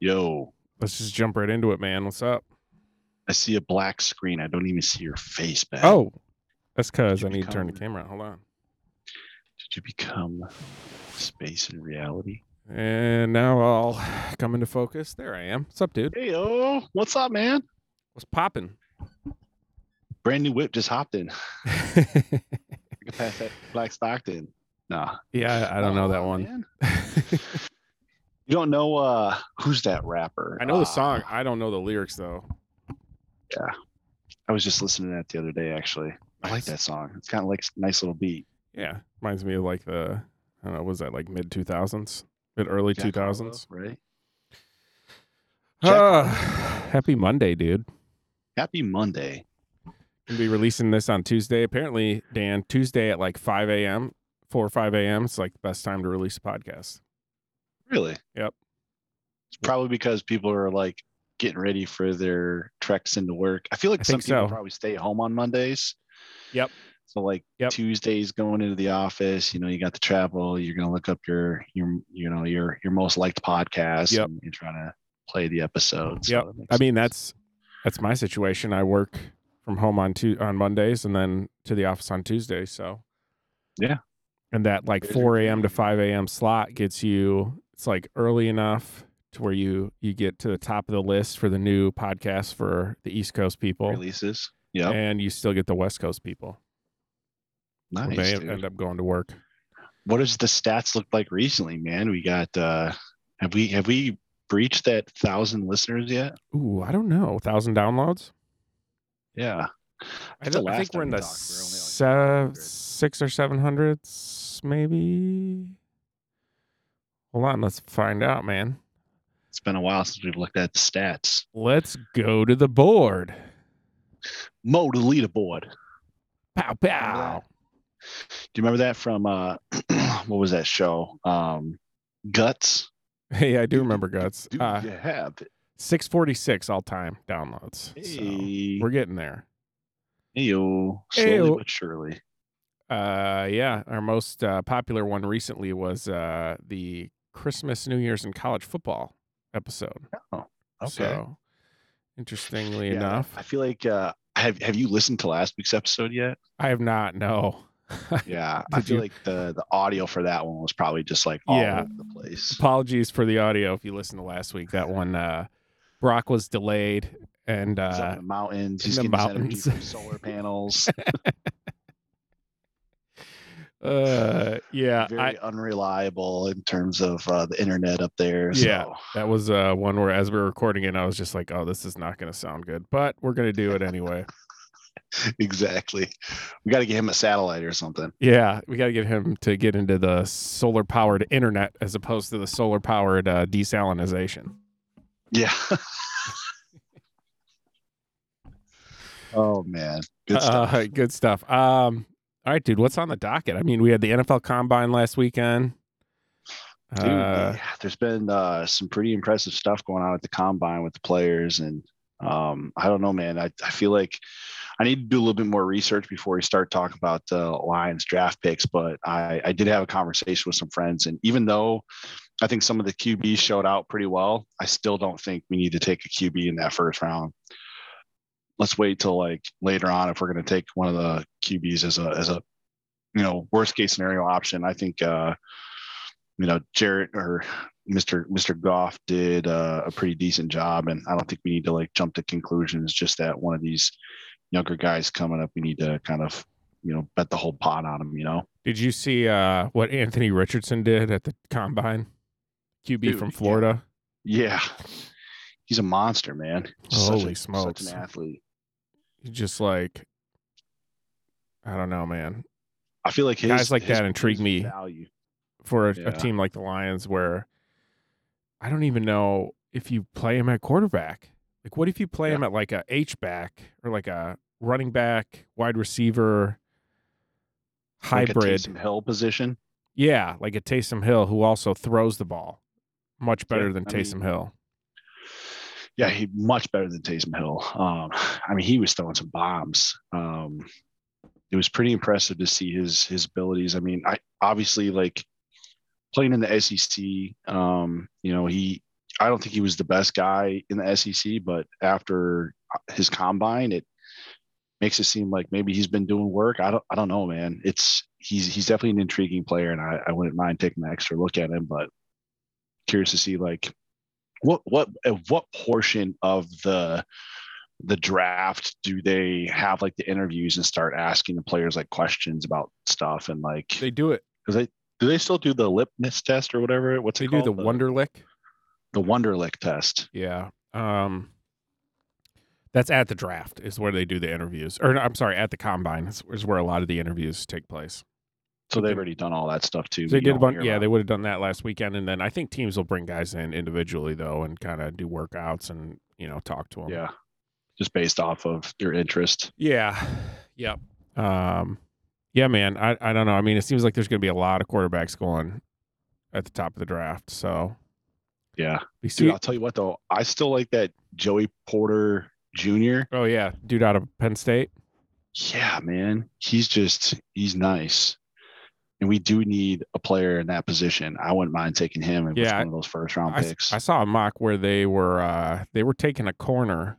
Yo, Let's just jump right into it, man. What's up? I see a black screen. I don't even see your face, man. Oh, that's because I Keep need to turn the going. camera. on. Hold on. Did you become space and reality? And now I'll come into focus. There I am. What's up, dude? Hey, yo, what's up, man? What's popping? Brand new whip just hopped in. I can pass that black Stockton. Nah, yeah, I I don't know that Aw, one. man. You don't know uh who's that rapper? I know Uh, the song. I don't know the lyrics though. I was just listening to that the other day. Actually, I like Nice. that song. It's kind of like s- nice little beat. Yeah, reminds me of like the I don't know. Was that like mid two thousands? Mid early two Jack Harlow, thousands. right? Jack Ah, happy Monday, dude. Happy Monday. Gonna be releasing this on Tuesday. Apparently, Dan, Tuesday at like five a.m. four or five a.m. It's like the best time to release a podcast. Really? Yep. It's probably because people are like getting ready for their treks into work. I feel like I some think people so. probably stay home on Mondays. Yep. So like Yep. Tuesdays going into the office, you know, you got the travel, you're gonna look up your your you know, your your most liked podcast Yep. and you're trying to play the episode. So Yep. that makes I mean, sense. that's that's my situation. I work from home on two on Mondays and then to the office on Tuesday. So Yeah. and that like There's your four a.m. to commute. five a.m. slot gets you. It's like early enough to where you you get to the top of the list for the new podcast for the East Coast people, releases. Yeah. and you still get the West Coast people. where Nice. they dude. end up going to work. what does the stats look like recently, man? We got uh have we have we breached that thousand listeners yet? Ooh, I don't know. Thousand downloads. Yeah. I, The don't- I last think we're time in we the talked, we were only, like, 700. sev- six or seven hundreds, maybe. Hold on, let's find out, man. It's been a while since we've looked at the stats. Let's go to the board. Mo to leaderboard. Pow pow. Do you remember that from uh what was that show? Um Guts. Hey, I do Dude, remember guts. Do Uh, you have it? Six forty six all time downloads. So Hey, we're getting there. Ayo, slowly Ayo. but surely. Uh, yeah, our most uh, popular one recently was uh the Christmas, New Year's, and college football episode. Okay. So, interestingly Yeah, enough, I feel like uh have have you listened to last week's episode yet? I have not. No. Yeah. I Did feel you? like the the audio for that one was probably just like all Yeah. over the place. apologies for the audio if you listened to last week that one uh brock was delayed and He's up uh in the mountains. in He's the getting his energy from mountains. solar panels. uh yeah Very I, unreliable in terms of uh, the internet up there. Yeah. so- that was uh one where as we were recording it i was just like oh this is not gonna sound good but we're gonna do it anyway exactly. We got to get him a satellite or something. yeah we gotta get him to get into the solar powered internet as opposed to the solar powered uh desalinization Yeah. oh man, good stuff. Uh, good stuff um all right dude what's on the docket i mean we had the nfl combine last weekend Dude, Uh, yeah, there's been uh, some pretty impressive stuff going on at the combine with the players, and um, I don't know, man. I, I feel like I need to do a little bit more research before we start talking about the Lions draft picks. But I, I did have a conversation with some friends, and even though I think some of the QBs showed out pretty well, I still don't think we need to take a QB in that first round. Let's wait till like later on if we're going to take one of the QBs as a as a you know worst case scenario option. I think. uh you know, Jarrett or Mr. Mr. Goff did uh, a pretty decent job, and I don't think we need to like jump to conclusions. Just that one of these younger guys coming up, we need to kind of you know bet the whole pot on them. You know, Did you see uh, what Anthony Richardson did at the combine? QB Dude, from yeah. Florida. yeah, he's a monster, man. Just Holy such a, smokes. Such an athlete. He Just like, I don't know, man. I feel like his, Guys like his- that intrigue his me. Value. For a, Yeah. a team like the Lions, where I don't even know if you play him at quarterback. Like, what if you play Yeah. him at like a H back or like a running back, wide receiver, Like a hybrid? Taysom Hill position. yeah, like a Taysom Hill who also throws the ball much better than I mean, Taysom Hill. Yeah, he much better than Taysom Hill. Um, I mean, he was throwing some bombs. Um, it was pretty impressive to see his his abilities. I mean, I obviously like playing in the SEC. Um, E you know, he I don't think he was the best guy in the SEC, but after his combine, it makes it seem like maybe he's been doing work. I don't I don't know, man. It's he's he's definitely an intriguing player, and I, I wouldn't mind taking an extra look at him, but curious to see like what what what portion of the the draft do they have like the interviews and start asking the players like questions about stuff and like They do it. because they do they still do the lipness test or whatever what's They it do called the Wonderlick. the Wonderlick test Yeah. Um that's at the draft is where they do the interviews. Or no, I'm sorry, at the combine is, is where a lot of the interviews take place. so Okay. they've already done all that stuff too They but you did don't one hear yeah, about they it. would have done that last weekend and then I think teams will bring guys in individually though and kind of do workouts and, you know, talk to them. yeah just based off of your interest Yeah. Yep. Um yeah, man. I, I don't know. I mean, it seems like there's gonna be a lot of quarterbacks going at the top of the draft. So yeah we dude see I'll tell you what though I still like that Joey Porter Jr. Oh yeah, dude out of Penn State. yeah, man, he's just he's nice, and we do need a player in that position. I wouldn't mind taking him and Yeah, one of those first round I s- picks. I, saw a mock where they were uh, they were taking a corner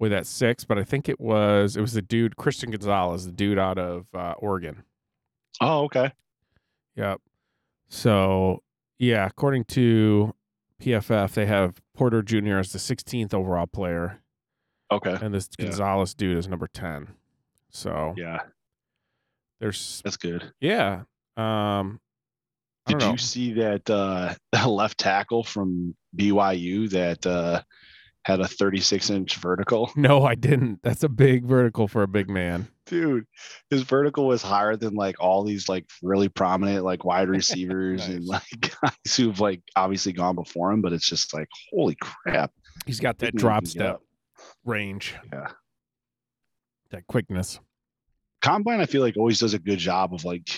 with that six, but I think it was it was the dude Christian Gonzalez, the dude out of uh, Oregon. oh, okay. Yep. So yeah, according to PFF, they have Porter Jr. as the 16th overall player, Okay. and this Yeah. Gonzalez dude is number 10. So Yeah, there's that's good. yeah. Um, I don't Did know. you see that uh that left tackle from BYU that uh had a 36 inch vertical? No, I didn't. That's a big vertical for a big man. Dude, his vertical was higher than like all these like really prominent like wide receivers and Nice. like guys who've like obviously gone before him, but it's just like holy crap. He's got that Didn't drop even get up. step range. Yeah. That quickness. combine i feel like always does a good job of like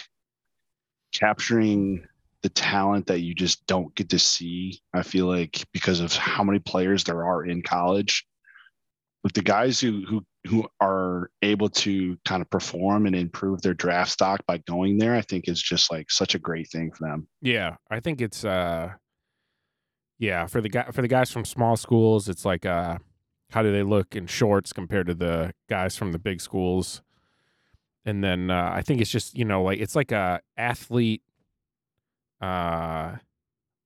capturing the talent that you just don't get to see i feel like because of how many players there are in college with the guys who who who are able to kind of perform and improve their draft stock by going there i think is just like such a great thing for them Yeah, I think it's uh yeah, for the guy for the guys from small schools, it's like uh how do they look in shorts compared to the guys from the big schools? And then uh, I think it's just, you know, like it's like a athlete uh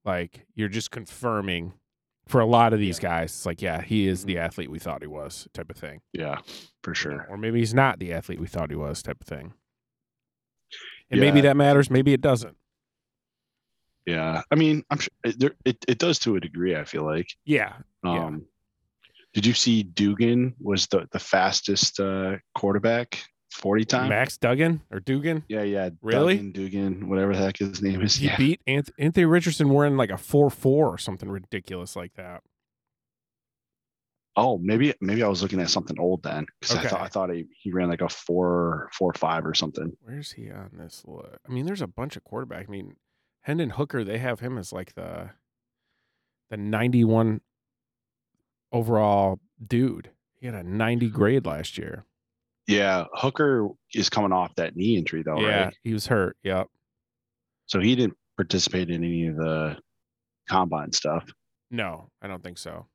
like you're just confirming for a lot of these guys. It's like, yeah, he is the athlete we thought he was type of thing. yeah for you know, sure Or maybe he's not the athlete we thought he was, type of thing. And maybe Yeah. that matters. Maybe it doesn't. yeah i mean i'm sure it, there- it, it does to a degree i feel like Yeah. um Yeah. Did you see Dugan was the, the fastest uh, quarterback, 40 time? Max Duggan or Dugan. Yeah, yeah. Really? Duggan, Dugan, whatever the heck his name is. He Yeah. beat Anth- Anthony Richardson wearing like a 4 4 or something ridiculous like that. Oh, maybe maybe I was looking at something old then because Okay. I thought I thought he, he ran like a four four five or something. Where's he on this? Look? I mean, there's a bunch of quarterback. I mean, Hendon Hooker, they have him as like the the 91 overall dude. He had a 90 grade last year. Yeah, Hooker is coming off that knee injury though, yeah, right? he was hurt. Yep. So he didn't participate in any of the combine stuff, No, I don't think so.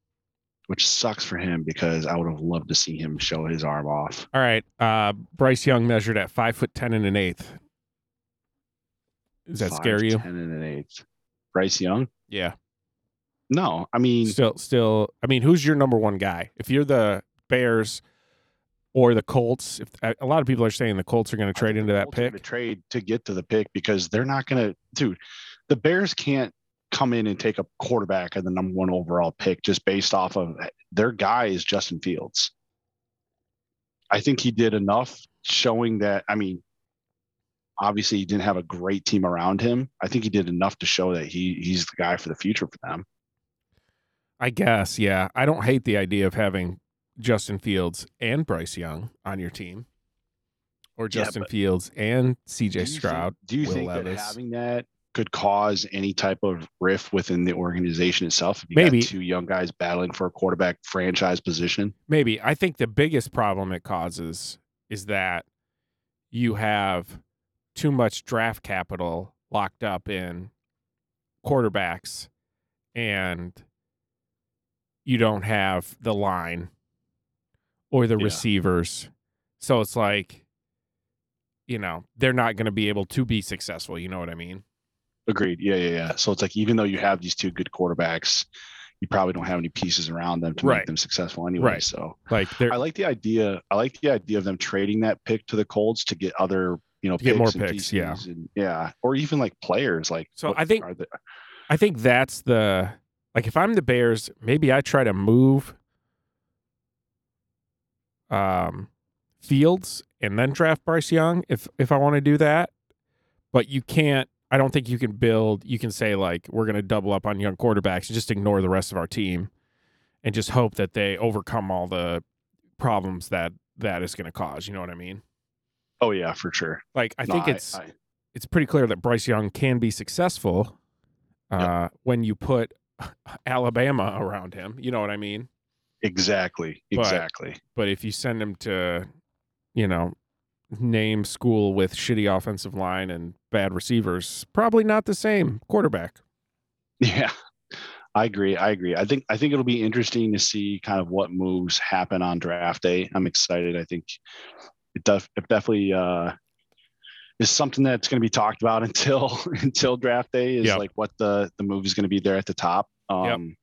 which sucks for him because I would have loved to see him show his arm off. All right. Uh, Bryce Young measured at five foot ten and an eighth. Does that Five, scare you? Ten and an eighth. Bryce Young. Yeah. No, I mean Still, still. I mean, who's your number one guy? If you're the Bears or the Colts, if a a lot of people are saying the Colts are going to trade into To that pick. trade to get to the pick because they're not going to, dude. The Bears can't come in and take a quarterback at the number one overall pick just based off of their guy is Justin Fields. I think he did enough showing that. I mean, obviously he didn't have a great team around him. I think he did enough to show that he he's the guy for the future for them. I guess. Yeah, I don't hate the idea of having Justin Fields and Bryce Young on your team, or Yeah, Justin but- Fields and Do you C.J. think- Stroud. Do you Will think that Levis. having that could cause any type of rift within the organization itself? If you Maybe. got two young guys battling for a quarterback franchise position. maybe i think the biggest problem it causes is that you have too much draft capital locked up in quarterbacks and you don't have the line or the Yeah. receivers. So it's like, you know, they're not going to be able to be successful. You know what I mean? Agreed. Yeah, yeah, yeah. So it's like even though you have these two good quarterbacks, you probably don't have any pieces around them to Right. make them successful anyway. Right. So Like they're I like the idea. I like the idea of them trading that pick to the Colts to get other, you know, To get more and picks, yeah. pieces and- yeah, or even like players. Like, So what I think- are the- I think that's the like if I'm the Bears, maybe I try to move um Fields and then draft Bryce Young if if I want to do that. But you can't I don't think you can build you can say like we're going to double up on young quarterbacks and just ignore the rest of our team and just hope that they overcome all the problems that that is going to cause, you know what I mean? oh yeah, for sure. Like I No, think it's I- it's pretty clear that Bryce Young can be successful uh, when you put Alabama around him. You know what I mean? exactly, But- exactly. But if you send him to, you know, name school with shitty offensive line and bad receivers, probably not the same quarterback. Yeah, I agree. I agree. I think I think it'll be interesting to see kind of what moves happen on draft day. I'm excited. I think it, def- it definitely uh, is something that's going to be talked about until until draft day. Is Yep. like what the the move is going to be there at the top. Um,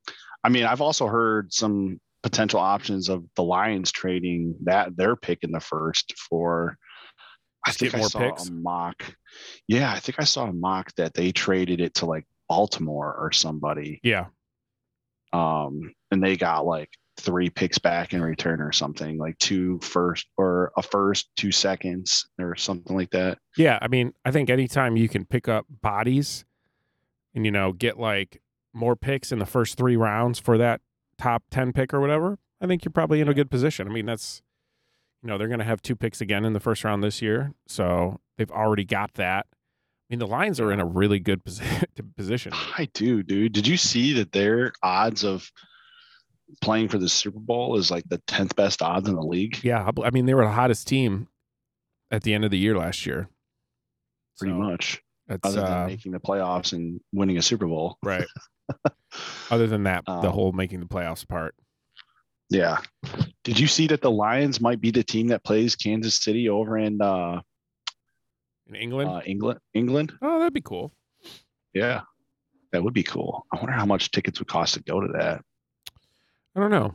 I mean, I've also heard some potential options of the Lions trading that their pick in the first for. I Just get think I more saw picks? a mock. Yeah, I think I saw a mock that they traded it to like Baltimore or somebody Yeah. um, and they got like three picks back in return or something, like two first or a first, two seconds or something like that. Yeah. I mean, I think anytime you can pick up bodies and, you know, get like more picks in the first three rounds for that top 10 pick or whatever, I think you're probably in a good position. I mean, that's, you know, they're going to have two picks again in the first round this year. So they've already got that. I mean, the Lions are in a really good posi- position. I do, dude. Did you see that their odds of playing for the Super Bowl is like the tenth best odds in the league? Yeah. I bel- I mean, they were the hottest team at the end of the year last year. Pretty So much, It's, other than uh, making the playoffs and winning a Super Bowl. right. Other than that, the Um, whole making the playoffs part. Yeah. Did you see that the Lions might be the team that plays Kansas City over in uh, In England? uh, England? England? oh, that'd be cool. Yeah, that would be cool. I wonder how much tickets would cost to go to that. I don't know.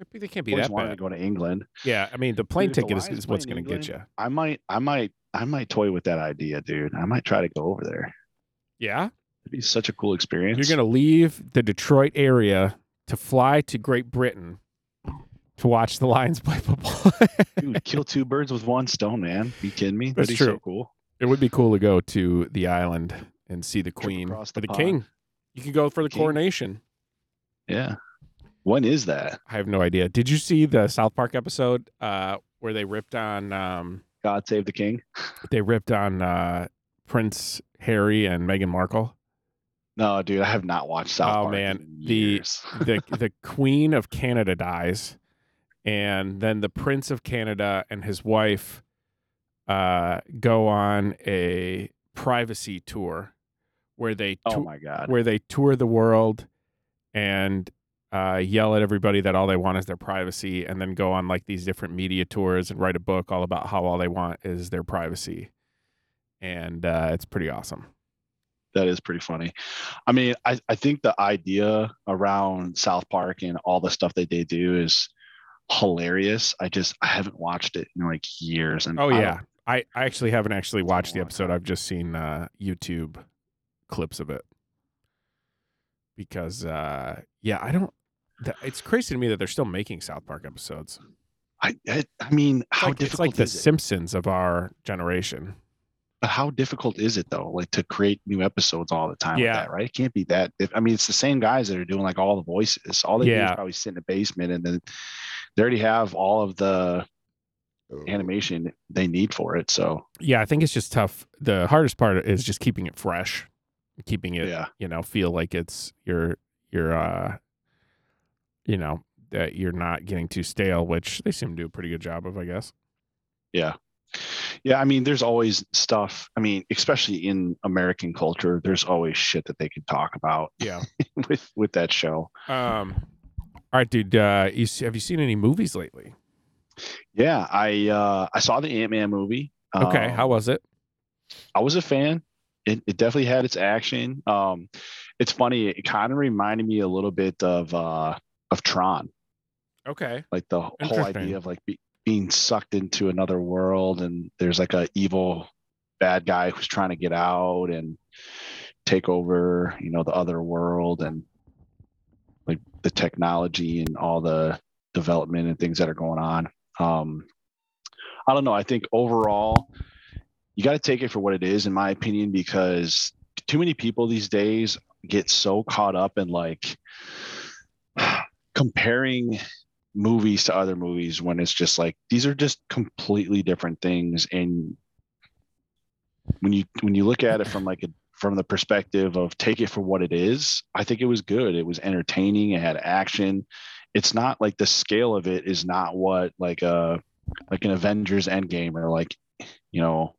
I think They can't be Always that wanted to bad. go to England. Yeah, I mean the plane Dude, if the ticket is, Lions is play what's in going to get you. England- I might, I might, I might toy with that idea, dude. I might try to go over there. Yeah, It'd be such a cool experience. you're going to leave the Detroit area to fly to Great Britain to watch the Lions play football. Dude, kill two birds with one stone, man. You kidding me? That's That'd be true. So cool. it would be cool to go to the island and see the Queen or across the, the pond. King. You can go for the King. coronation. Yeah. When is that? I have no idea. Did you see the South Park episode uh, where they ripped on um, God save the king. they ripped on uh, Prince Harry and Meghan Markle? No, dude, I have not watched South Oh, Park man. in The- years. the the queen of Canada dies, and then the prince of Canada and his wife uh, go on a privacy tour where they oh tou- my god. where they tour the world and uh, yell at everybody that all they want is their privacy, and then go on like these different media tours and write a book all about how all they want is their privacy, and uh, it's pretty awesome. That is pretty funny. I mean, I, I think the idea around South Park and all the stuff that they do is hilarious. I just I haven't watched it in like years. And Oh I don't- yeah, I, I actually haven't actually It's watched been the a long episode. time. I've just seen uh, YouTube clips of it because uh, yeah, I don't. th- It's crazy to me that they're still making South Park episodes. It's I I, I mean, how like, it's difficult like the is it? Simpsons of our generation. But how difficult is it though? Like to create new episodes all the time. Yeah. With that, right. It can't be that. diff- I mean, it's the same guys that are doing like all the voices. All they do Yeah. is probably sit in the basement and then they already have all of the animation they need for it. So Yeah, I think it's just tough. The hardest part is just keeping it fresh, keeping it yeah, you know feel like it's you're you're uh you know that you're not getting too stale, which they seem to do a pretty good job of, I guess. yeah, Yeah, I mean, there's always stuff. I mean, especially in American culture, there's always shit that they could talk about Yeah. with with that show. Um. All right, dude. Uh, you see, have you seen any movies lately? Yeah, I uh, I saw the Ant Man movie. Okay, Um, how was it? I was a fan. It, it definitely had its action. Um, it's funny. It kind of reminded me a little bit of uh, of Tron, Okay. like the whole Interesting. idea of like be, being sucked into another world, and there's like a evil bad guy who's trying to get out and take over, you know, the other world, and like the technology and all the development and things that are going on. Um, I don't know. I think overall, you got to take it for what it is, in my opinion, because too many people these days get so caught up in like comparing movies to other movies when it's just like these are just completely different things and when you when you look at it from like a from the perspective of take it for what it is i think it was good it was entertaining it had action it's not like the scale of it is not what like a like an avengers endgame or like you know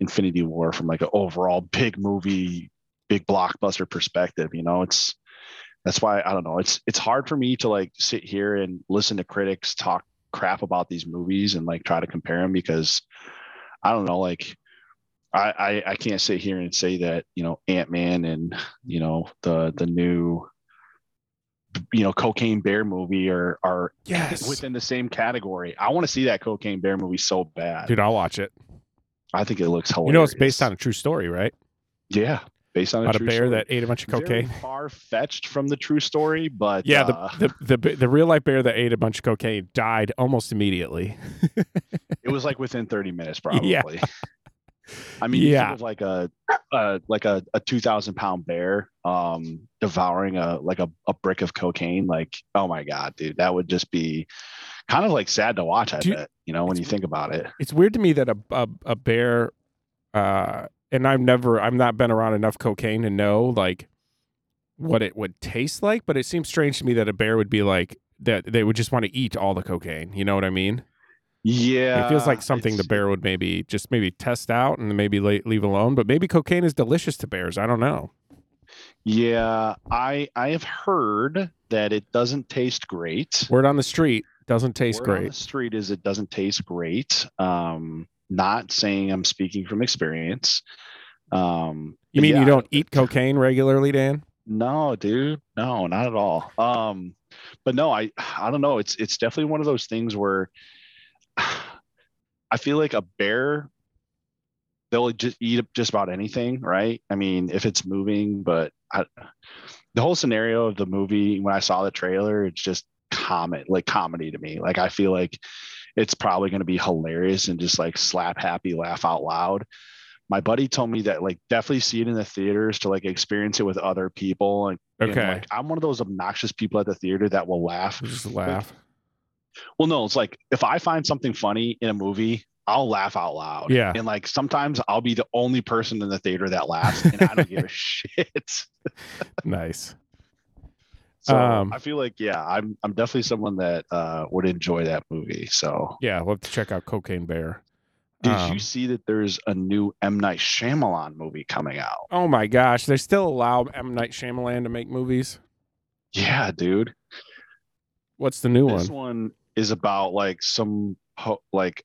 infinity war from like an overall big movie big blockbuster perspective you know it's that's why i don't know it's it's hard for me to like sit here and listen to critics talk crap about these movies and like try to compare them because i don't know like I, I, I can't sit here and say that you know Ant Man and you know the the new you know Cocaine Bear movie are are Yes. within the same category. I want to see that Cocaine Bear movie so bad. Dude, I'll watch it. I think it looks hilarious. You know, it's based on a true story, right? yeah, based on a, About a true bear story. that ate a bunch of cocaine. Far fetched from the true story, but Yeah, uh, the, the the the real life bear that ate a bunch of cocaine died almost immediately. it was like within 30 minutes probably. Yeah. I mean, you Yeah. think of like a, a like a, a 2,000 pound bear um, devouring a like a, a brick of cocaine. Like, oh my god, dude, that would just be kind of like sad to watch. I Do you- bet you know when you think about it. it's weird to me that a a, a bear uh and I've never I've not been around enough cocaine to know like what it would taste like, but it seems strange to me that a bear would be like that they would just want to eat all the cocaine. You know what I mean? Yeah, it feels Ah, like something the it's- bear would maybe just maybe test out and maybe la- leave alone, but maybe cocaine is delicious to bears. I don't know. Yeah, I I have heard that it doesn't taste great. Word on the street doesn't taste Word On great. the street is it doesn't taste great. Um, not saying I'm speaking from experience. Um, You but mean you yeah, don't eat cocaine regularly, Dan? No, dude. No, not at all. Um, but no, I I don't know. It's it's definitely one of those things where I feel like a bear they'll just eat up just about anything, right? I mean, if it's moving, but I, the whole scenario of the movie when I saw the trailer, it's just comic like comedy to me. Like I feel like it's probably going to be hilarious and just like slap happy, laugh out loud. My buddy told me that like definitely see it in the theaters to like experience it with other people. And, and, Okay. like, I'm one of those obnoxious people at the theater that will laugh. Just laugh. Well, no, it's like if I find something funny in a movie, I'll laugh out loud. Yeah. And like sometimes I'll be the only person in the theater that laughs and I don't give a shit. Nice. So Um, I feel like, yeah, I'm I'm definitely someone that uh would enjoy that movie. So Yeah, we'll have to check out Cocaine Bear. did Um, you see that there's a new M Night Shyamalan movie coming out? Oh my gosh, they still allow M Night Shyamalan to make movies. Yeah, dude. What's the new This one? one is about like some ho- like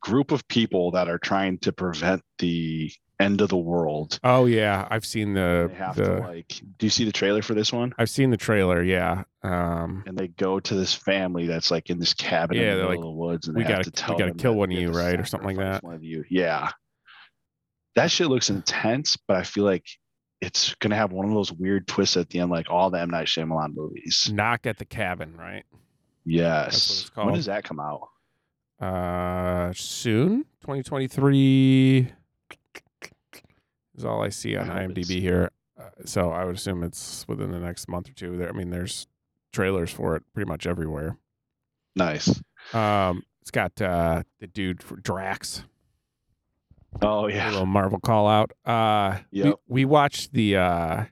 group of people that are trying to prevent the end of the world. Oh yeah, I've seen the, They have to the like. Do you see the trailer for this one? I've seen the trailer. Yeah, um, And they go to this family that's like in this cabin Yeah, in the middle they're like, of the woods, and "We they have to gotta- tell we gotta them kill that one they of have you, to right? Or something like sacrifice that. One of you, yeah. That shit looks intense, but I feel like it's gonna have one of those weird twists at the end, like all the M Night Shyamalan movies. Knock at the Cabin, right? Yes. Mm, it's When called. does that come out? Uh, soon, twenty twenty three is all I see on I hope it's- IMDb here. Uh, so I would assume it's within the next month or two. There, I mean, there's trailers for it pretty much everywhere. Nice. Um, it's got uh, the dude for Drax. Oh a yeah. little Marvel call out. Uh, we, Yep. we watched the uh,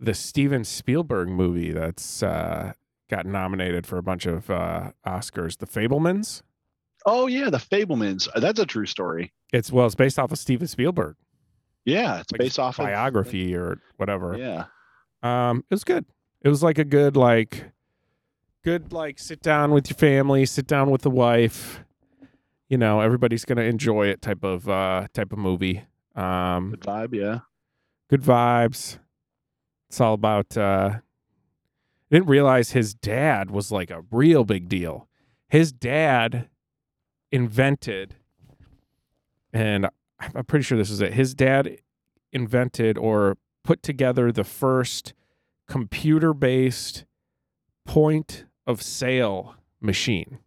the Steven Spielberg movie that's uh, got nominated for a bunch of uh, Oscars, The Fablemans. Oh yeah, the Fablemans. Uh, That's a true story. It's well, it's based off of Steven Spielberg Yeah, it's Like based off of- biography or whatever. yeah, Um, it was good. It was like a good like, good like sit down with your family, sit down with the wife. You know, everybody's gonna enjoy it type of uh type of movie. Um, the vibe. Yeah, good vibes. It's all about. Uh, I didn't realize his dad was like a real big deal. His dad invented, and I'm I'm pretty sure this is it. His dad invented or put together the first computer based point of sale machine,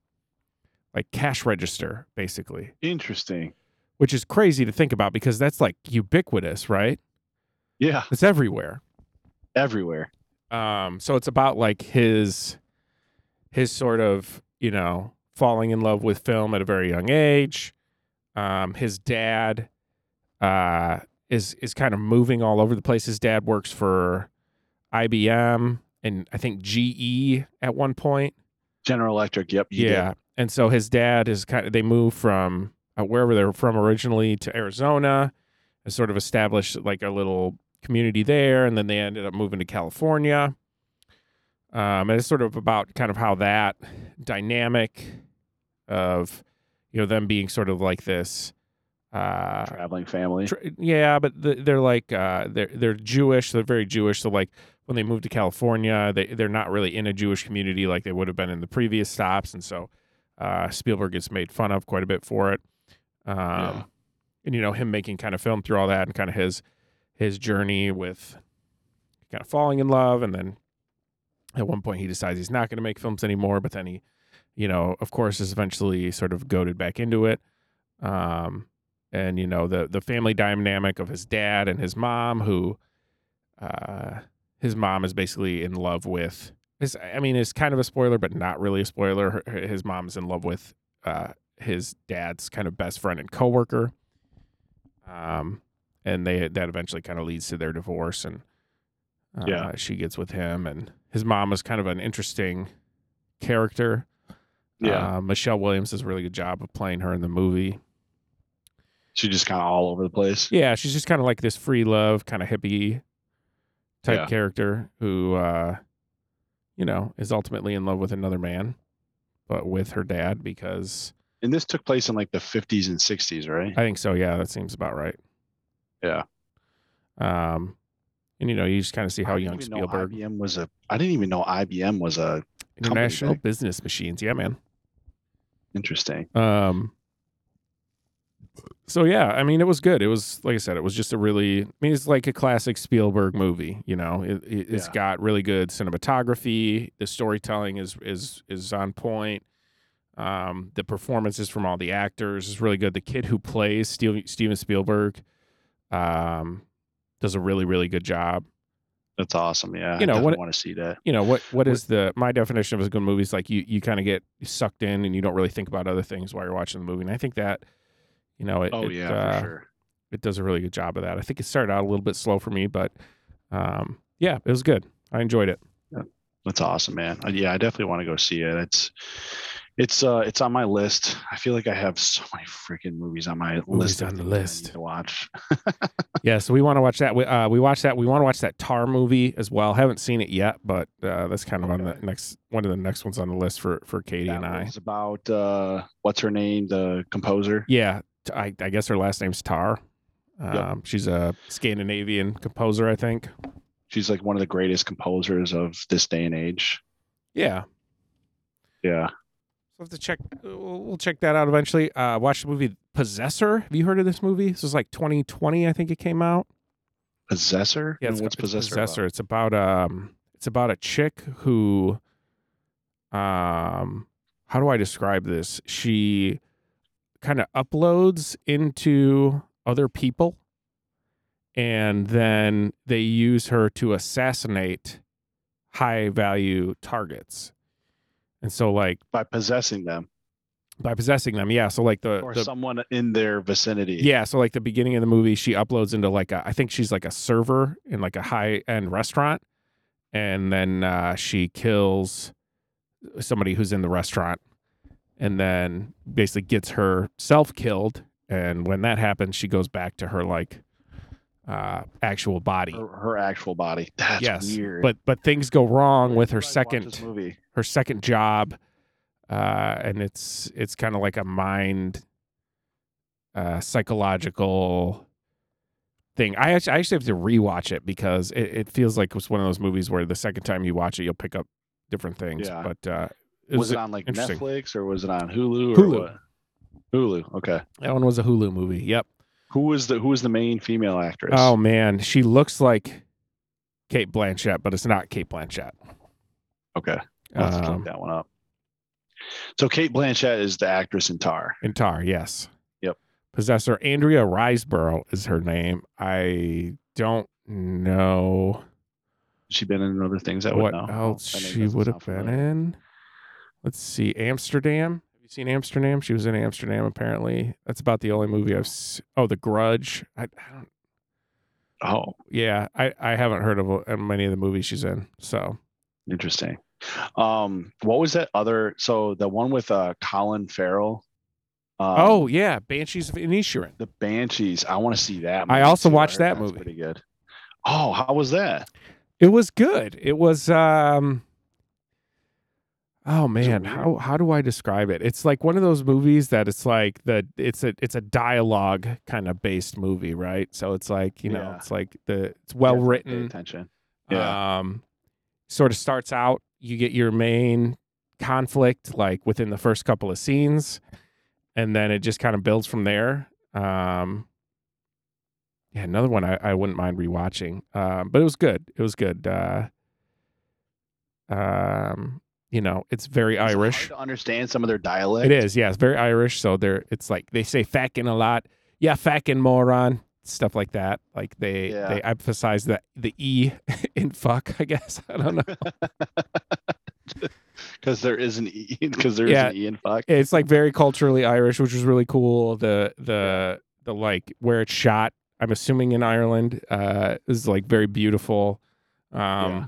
like cash register, basically, interesting. which is crazy to think about because that's like ubiquitous, right? Yeah, It's everywhere. everywhere. um so it's about like his his sort of you know falling in love with film at a very young age um his dad uh is is kind of moving all over the place his dad works for IBM and I think GE at one point General Electric. Yep. you yeah. And so his dad is kind of, they moved from uh, wherever they were from originally to Arizona and sort of established like a little community there. And then they ended up moving to California. Um, and it's sort of about kind of how that dynamic of, you know, them being sort of like this, uh, did. Traveling family. Tr- yeah, but th- they're like uh, they're they're Jewish. They're very Jewish. So like when they moved to California, they they're not really in a Jewish community like they would have been in the previous stops, and so uh, Spielberg gets made fun of quite a bit for it. Um, Yeah. And you know him making kind of film through all that and kind of his his journey with kind of falling in love, and then at one point he decides he's not going to make films anymore, but then he, you know, of course, is eventually sort of goaded back into it. Um, and you know the the family dynamic of his dad and his mom who uh his mom is basically in love with is i mean it's kind of a spoiler but not really a spoiler Her- her- his mom's in love with uh his dad's kind of best friend and coworker um and they that eventually kind of leads to their divorce and uh, Yeah. she gets with him and his mom is kind of an interesting character Yeah, uh, michelle williams does a really good job of playing her in the movie she just kind of all over the place. yeah, she's just kind of like this free love, kind of hippie type Yeah. character who, uh, you know, is ultimately in love with another man, but with her dad because And this took place in like the 50s and 60s, right? I think so. Yeah, that seems about right. Yeah. Um, and you know, you just kind of see how I didn't young even know Spielberg, IBM was a. I didn't even know IBM was a. company international thing. business machines. Yeah, man. Interesting. Um. So yeah, I mean, it was good. It was like I said, it was just a really. I mean, it's like a classic Spielberg movie. You know, it, it, has Yeah. got really good cinematography. The storytelling is is is on point. Um, the performances from all the actors is really good. The kid who plays Steve, Steven Spielberg, um, does a really really good job. That's awesome. Yeah, You know, I what- want to see that. You know what? What Wh- is the my definition of a good movie is like you you kind of get sucked in and you don't really think about other things while you're watching the movie. And I think that, you know, it, Oh it, yeah, uh, for sure. it does a really good job of that. I think it started out a little bit slow for me, but um, yeah, it was good. I enjoyed it. That's awesome, man. Uh, Yeah, I definitely want to go see it. It's it's uh it's on my list. I feel like I have so many freaking movies on my list. of on the things I need list. to watch. Yeah, so we want to watch that. We, uh, we watched that. We want to watch that Tar movie as well. Haven't seen it yet, but uh, that's kind of on the Okay. next one of the next ones on the list for for Katie and I. It's about uh what's her name, the composer. Yeah, t- I, I guess her last name's Tar. Um, Yep. She's a Scandinavian composer, I think. She's like one of the greatest composers of this day and age. Yeah, Yeah. We'll have to check. We'll we'll check that out eventually. Uh, watch the movie Possessor. Have you heard of this movie? This was like 2020, I think it came out. Possessor? Yeah, And it's, what's it's possessor? about? Possessor. It's about um, it's about a chick who, um, how do I describe this? She kind of uploads into other people, and then they use her to assassinate high value targets. And so, like By possessing them by possessing them, yeah. So, like the or the, someone in their vicinity. yeah, so like the beginning of the movie, she uploads into like a, I think she's like a server in like a high end restaurant, and then uh, she kills somebody who's in the restaurant, and then basically gets herself killed. And when that happens, she goes back to her like uh, actual body. Her, her actual body. Oh, That's yes, weird. but but things go wrong with her Watch this second movie. her second job, uh, and it's it's kind of like a mind uh, psychological thing. I actually, I actually have to rewatch it because it, it feels like it's one of those movies where the second time you watch it, you'll pick up different things. Yeah. But uh, it Was was it on like interesting. Netflix or was it on Hulu? Or Hulu. What? Hulu. Okay. that one was a Hulu movie. Yep. Who was the Who was the main female actress? Oh man, she looks like Kate Blanchett, but it's not Kate Blanchett. okay. I'll have to Um, look that one up. So Kate Blanchett is the actress in Tar. in Tar, yes. Yep. Possessor Andrea Riseborough is her name. I don't know Has she been in other things I would what know. else That name she doesn't would sound have been familiar. in. Let's see, Amsterdam. Have you seen Amsterdam? She was in Amsterdam. Apparently, that's about the only movie I've. s Oh, The Grudge. I, I don't. Oh, Yeah, I, I haven't heard of uh, many of the movies she's in. So interesting. Um, what was that other? So the one with uh Colin Farrell. Um, oh yeah, Banshees of Inisherin. the Banshees. I want to see that. I movie, also too. watched heard that that's movie. Pretty good. Oh, how was that? It was good. It was um Oh it man, weird? how how do I describe it? It's like one of those movies that it's like the it's a it's a dialogue kind of based movie, right? So it's like, you know, Yeah. it's like the it's You have well to pay written. Attention. Yeah. Um sort of starts out, you get your main conflict like within the first couple of scenes and then it just kind of builds from there. Um yeah, another one I, I wouldn't mind rewatching. Um, but it was good. It was good. Uh, um, you know, it's very Is it hard Irish. to understand some of their dialect. It is, yeah, it's very Irish. So they're it's like they say "facking" a lot. Yeah, "facking" moron, stuff like that. Like they Yeah. they emphasize the the e in fuck. I guess I don't know. because there is an because there Yeah. an Ian Fuck. it's like very culturally Irish, which was really cool. The the the like where it's shot, I'm assuming in Ireland, uh, is like very beautiful. Um Yeah.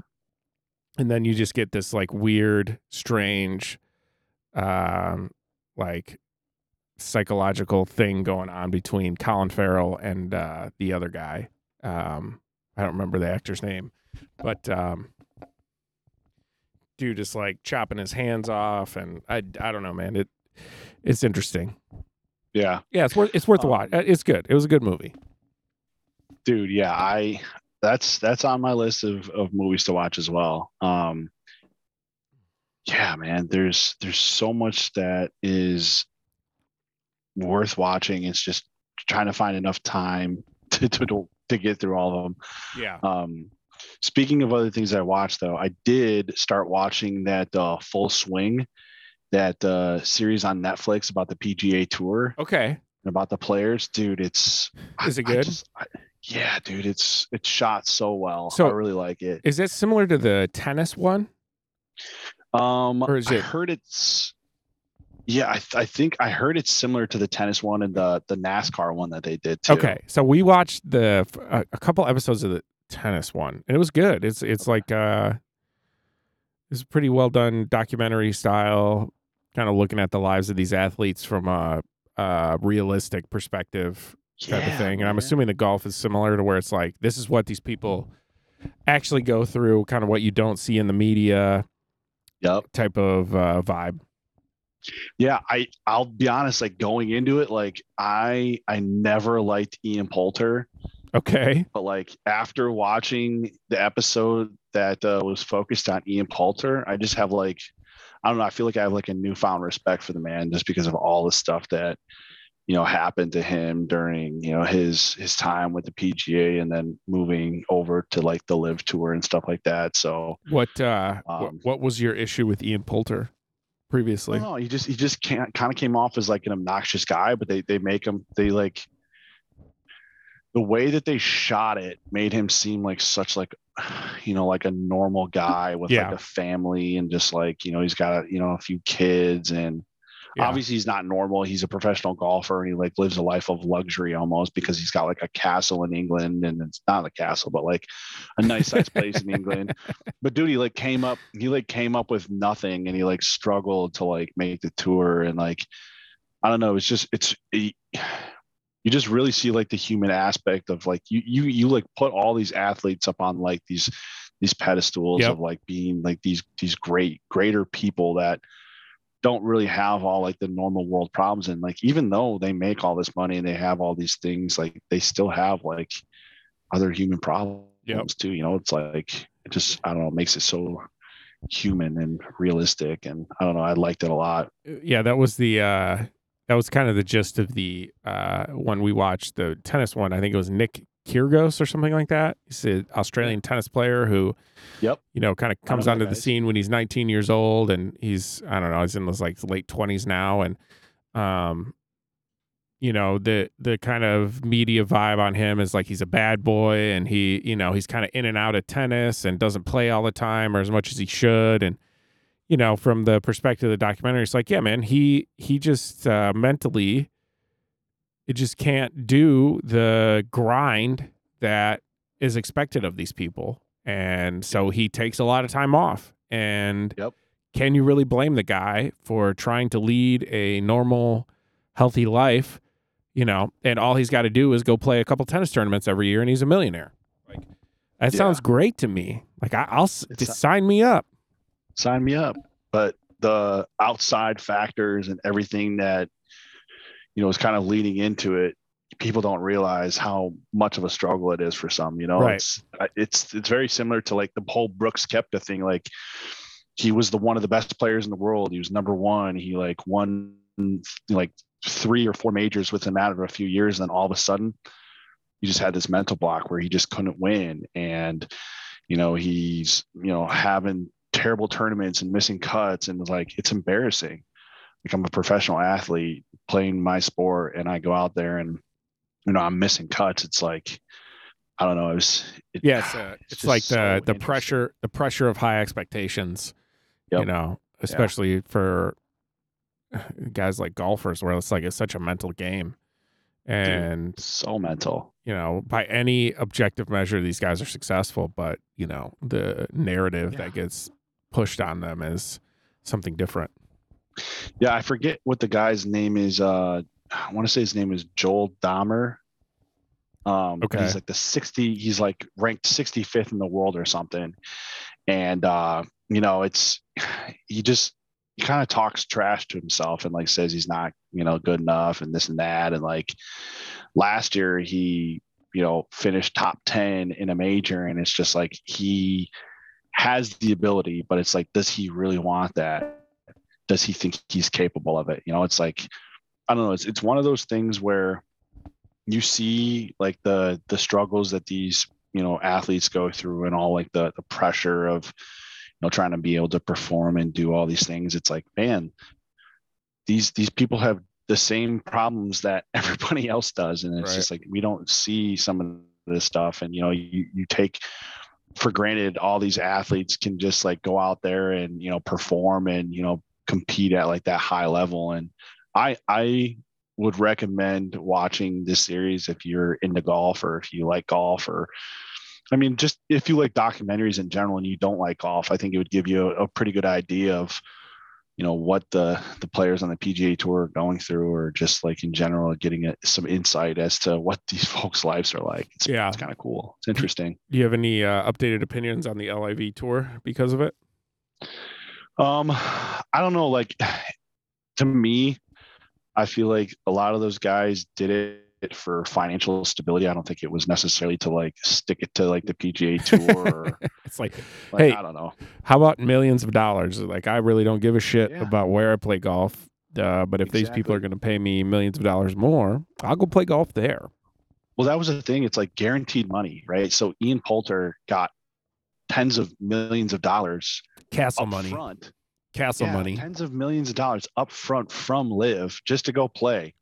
and then you just get this like weird, strange um like psychological thing going on between Colin Farrell and uh the other guy. Um I don't remember the actor's name, but um dude is like chopping his hands off and I I don't know, man. It it's interesting. Yeah, Yeah, it's worth it's worth a Um, watch. Uh, It's good. It was a good movie. dude. Yeah, I that's that's on my list of of movies to watch as well. Um, yeah, man. There's there's so much that is worth watching. It's just trying to find enough time to to to get through all of them. Yeah. Um, speaking of other things I watched, though, I did start watching that uh, Full Swing, that uh, series on Netflix about the PGA Tour Okay. and about the players. Dude, it's I- Is it I good? just- I- yeah, dude, it's it's shot so well. So- I really like it. Is that similar to the tennis one? Um, or is I it- heard it's. Yeah, I, th- I think I heard it's similar to the tennis one and the the NASCAR one that they did too. Okay. So we watched the f- a, a couple episodes of the tennis one, and it was good. It's it's like uh, it's pretty well done documentary style, kind of looking at the lives of these athletes from a, a realistic perspective type Yeah, of thing. And I'm man. assuming the golf is similar to where it's like this is what these people actually go through, kind of what you don't see in the media Yep. type of uh, vibe. Yeah, I I'll be honest. Like going into it, like I I never liked Ian Poulter, Okay. but like after watching the episode that uh, was focused on Ian Poulter, I just have like I don't know. I feel like I have like a newfound respect for the man just because of all the stuff that you know happened to him during you know his his time with the PGA and then moving over to like the Live Tour and stuff like that. So What uh, wh- Um, what was your issue with Ian Poulter I previously? don't know. He just he just can't kind of came off as like an obnoxious guy, but they they make him they like the way that they shot it made him seem like such like you know like a normal guy with Yeah. like a family and just like you know he's got you know a few kids and Yeah. Obviously, he's not normal. He's a professional golfer, and he like lives a life of luxury almost because he's got like a castle in England, and it's not a castle, but like a nice sized place in England. But dude, he like came up, he like came up with nothing, and he like struggled to like make the tour, and like I don't know, it's just it's. It, you just really see like the human aspect of like you you you like put all these athletes up on like these these pedestals Yep. of like being like these these great greater people that don't really have all like the normal world problems and like even though they make all this money and they have all these things like they still have like other human problems Yep. too you know it's like it just i don't know it makes it so human and realistic and i don't know i liked it a lot yeah, that was the uh that was kind of the gist of the uh one we watched, the tennis one. I think it was Nick Kyrgios or something like that. He's an Australian tennis player who Yep. you know, kind of comes know onto that the guy. scene when he's 19 years old and he's I don't know, he's in his like late 20s now and um you know, the the kind of media vibe on him is like he's a bad boy and he, you know, he's kind of in and out of tennis and doesn't play all the time or as much as he should and you know, from the perspective of the documentary, it's like, yeah, man, he he just uh, mentally, it just can't do the grind that is expected of these people, and so he takes a lot of time off. And Yep. can you really blame the guy for trying to lead a normal, healthy life? You know, and all he's got to do is go play a couple tennis tournaments every year, and he's a millionaire. Like that Yeah. sounds great to me. Like I, I'll s- It's just not- sign me up. sign me up. But the outside factors and everything that you know is kind of leading into it, people don't realize how much of a struggle it is for some. You know, Right. it's I- it's it's very similar to like the whole Brooks Kepka thing. Like he was the one of the best players in the world. He was number one. He like won like three or four majors within a matter of a few years, and then all of a sudden. He just had this mental block where he just couldn't win, and you know he's you know having terrible tournaments and missing cuts and like it's embarrassing like i'm a professional athlete playing my sport and i go out there and you know i'm missing cuts it's like i don't know it was it, Yeah, it's, uh, it's, just like so the the interesting. pressure the pressure of high expectations. You Yep. know, especially for guys like golfers, where it's like it's such a mental game, and so mental you know, by any objective measure, these guys are successful. But you know, the narrative that gets pushed on them is something different. yeah i forget what the guy's name is uh i want to say his name is joel dahmer um Okay. he's like the 60 he's like ranked 65th in the world or something and uh you know it's he just he kind of talks trash to himself and like says he's not you know good enough and this and that and like last year he you know finished top 10 in a major and it's just like he has the ability but it's like does he really want that does he think he's capable of it you know it's like i don't know it's it's one of those things where you see like the the struggles that these you know athletes go through and all like the the pressure of you know trying to be able to perform and do all these things it's like man these these people have the same problems that everybody else does and it's Right. just like we don't see some of this stuff and you know you you take for granted all these athletes can just like go out there and you know perform and you know compete at like that high level and i i would recommend watching this series if you're into golf or if you like golf or I mean, just if you like documentaries in general and you don't like golf, I think it would give you a, a pretty good idea of, you know, what the the players on the PGA Tour are going through, or just like in general, getting a, some insight as to what these folks' lives are like. It's, Yeah. it's kind of cool. It's interesting. Do you have any uh, updated opinions on the LIV tour because of it? Um, I don't know. Like, to me, I feel like a lot of those guys did it for financial stability. I don't think it was necessarily to like stick it to like the PGA Tour. or, It's like, like, Hey, I don't know. how about millions of dollars? Like, I really don't give a shit Yeah. about where I play golf. Uh, but if these people Exactly. are going to pay me millions of dollars more, I'll go play golf there. Well, that was the thing. It's like guaranteed money, right? So Ian Poulter got tens of millions of dollars Castle up money, front. castle Yeah, money. Tens of millions of dollars up front from Live just to go play.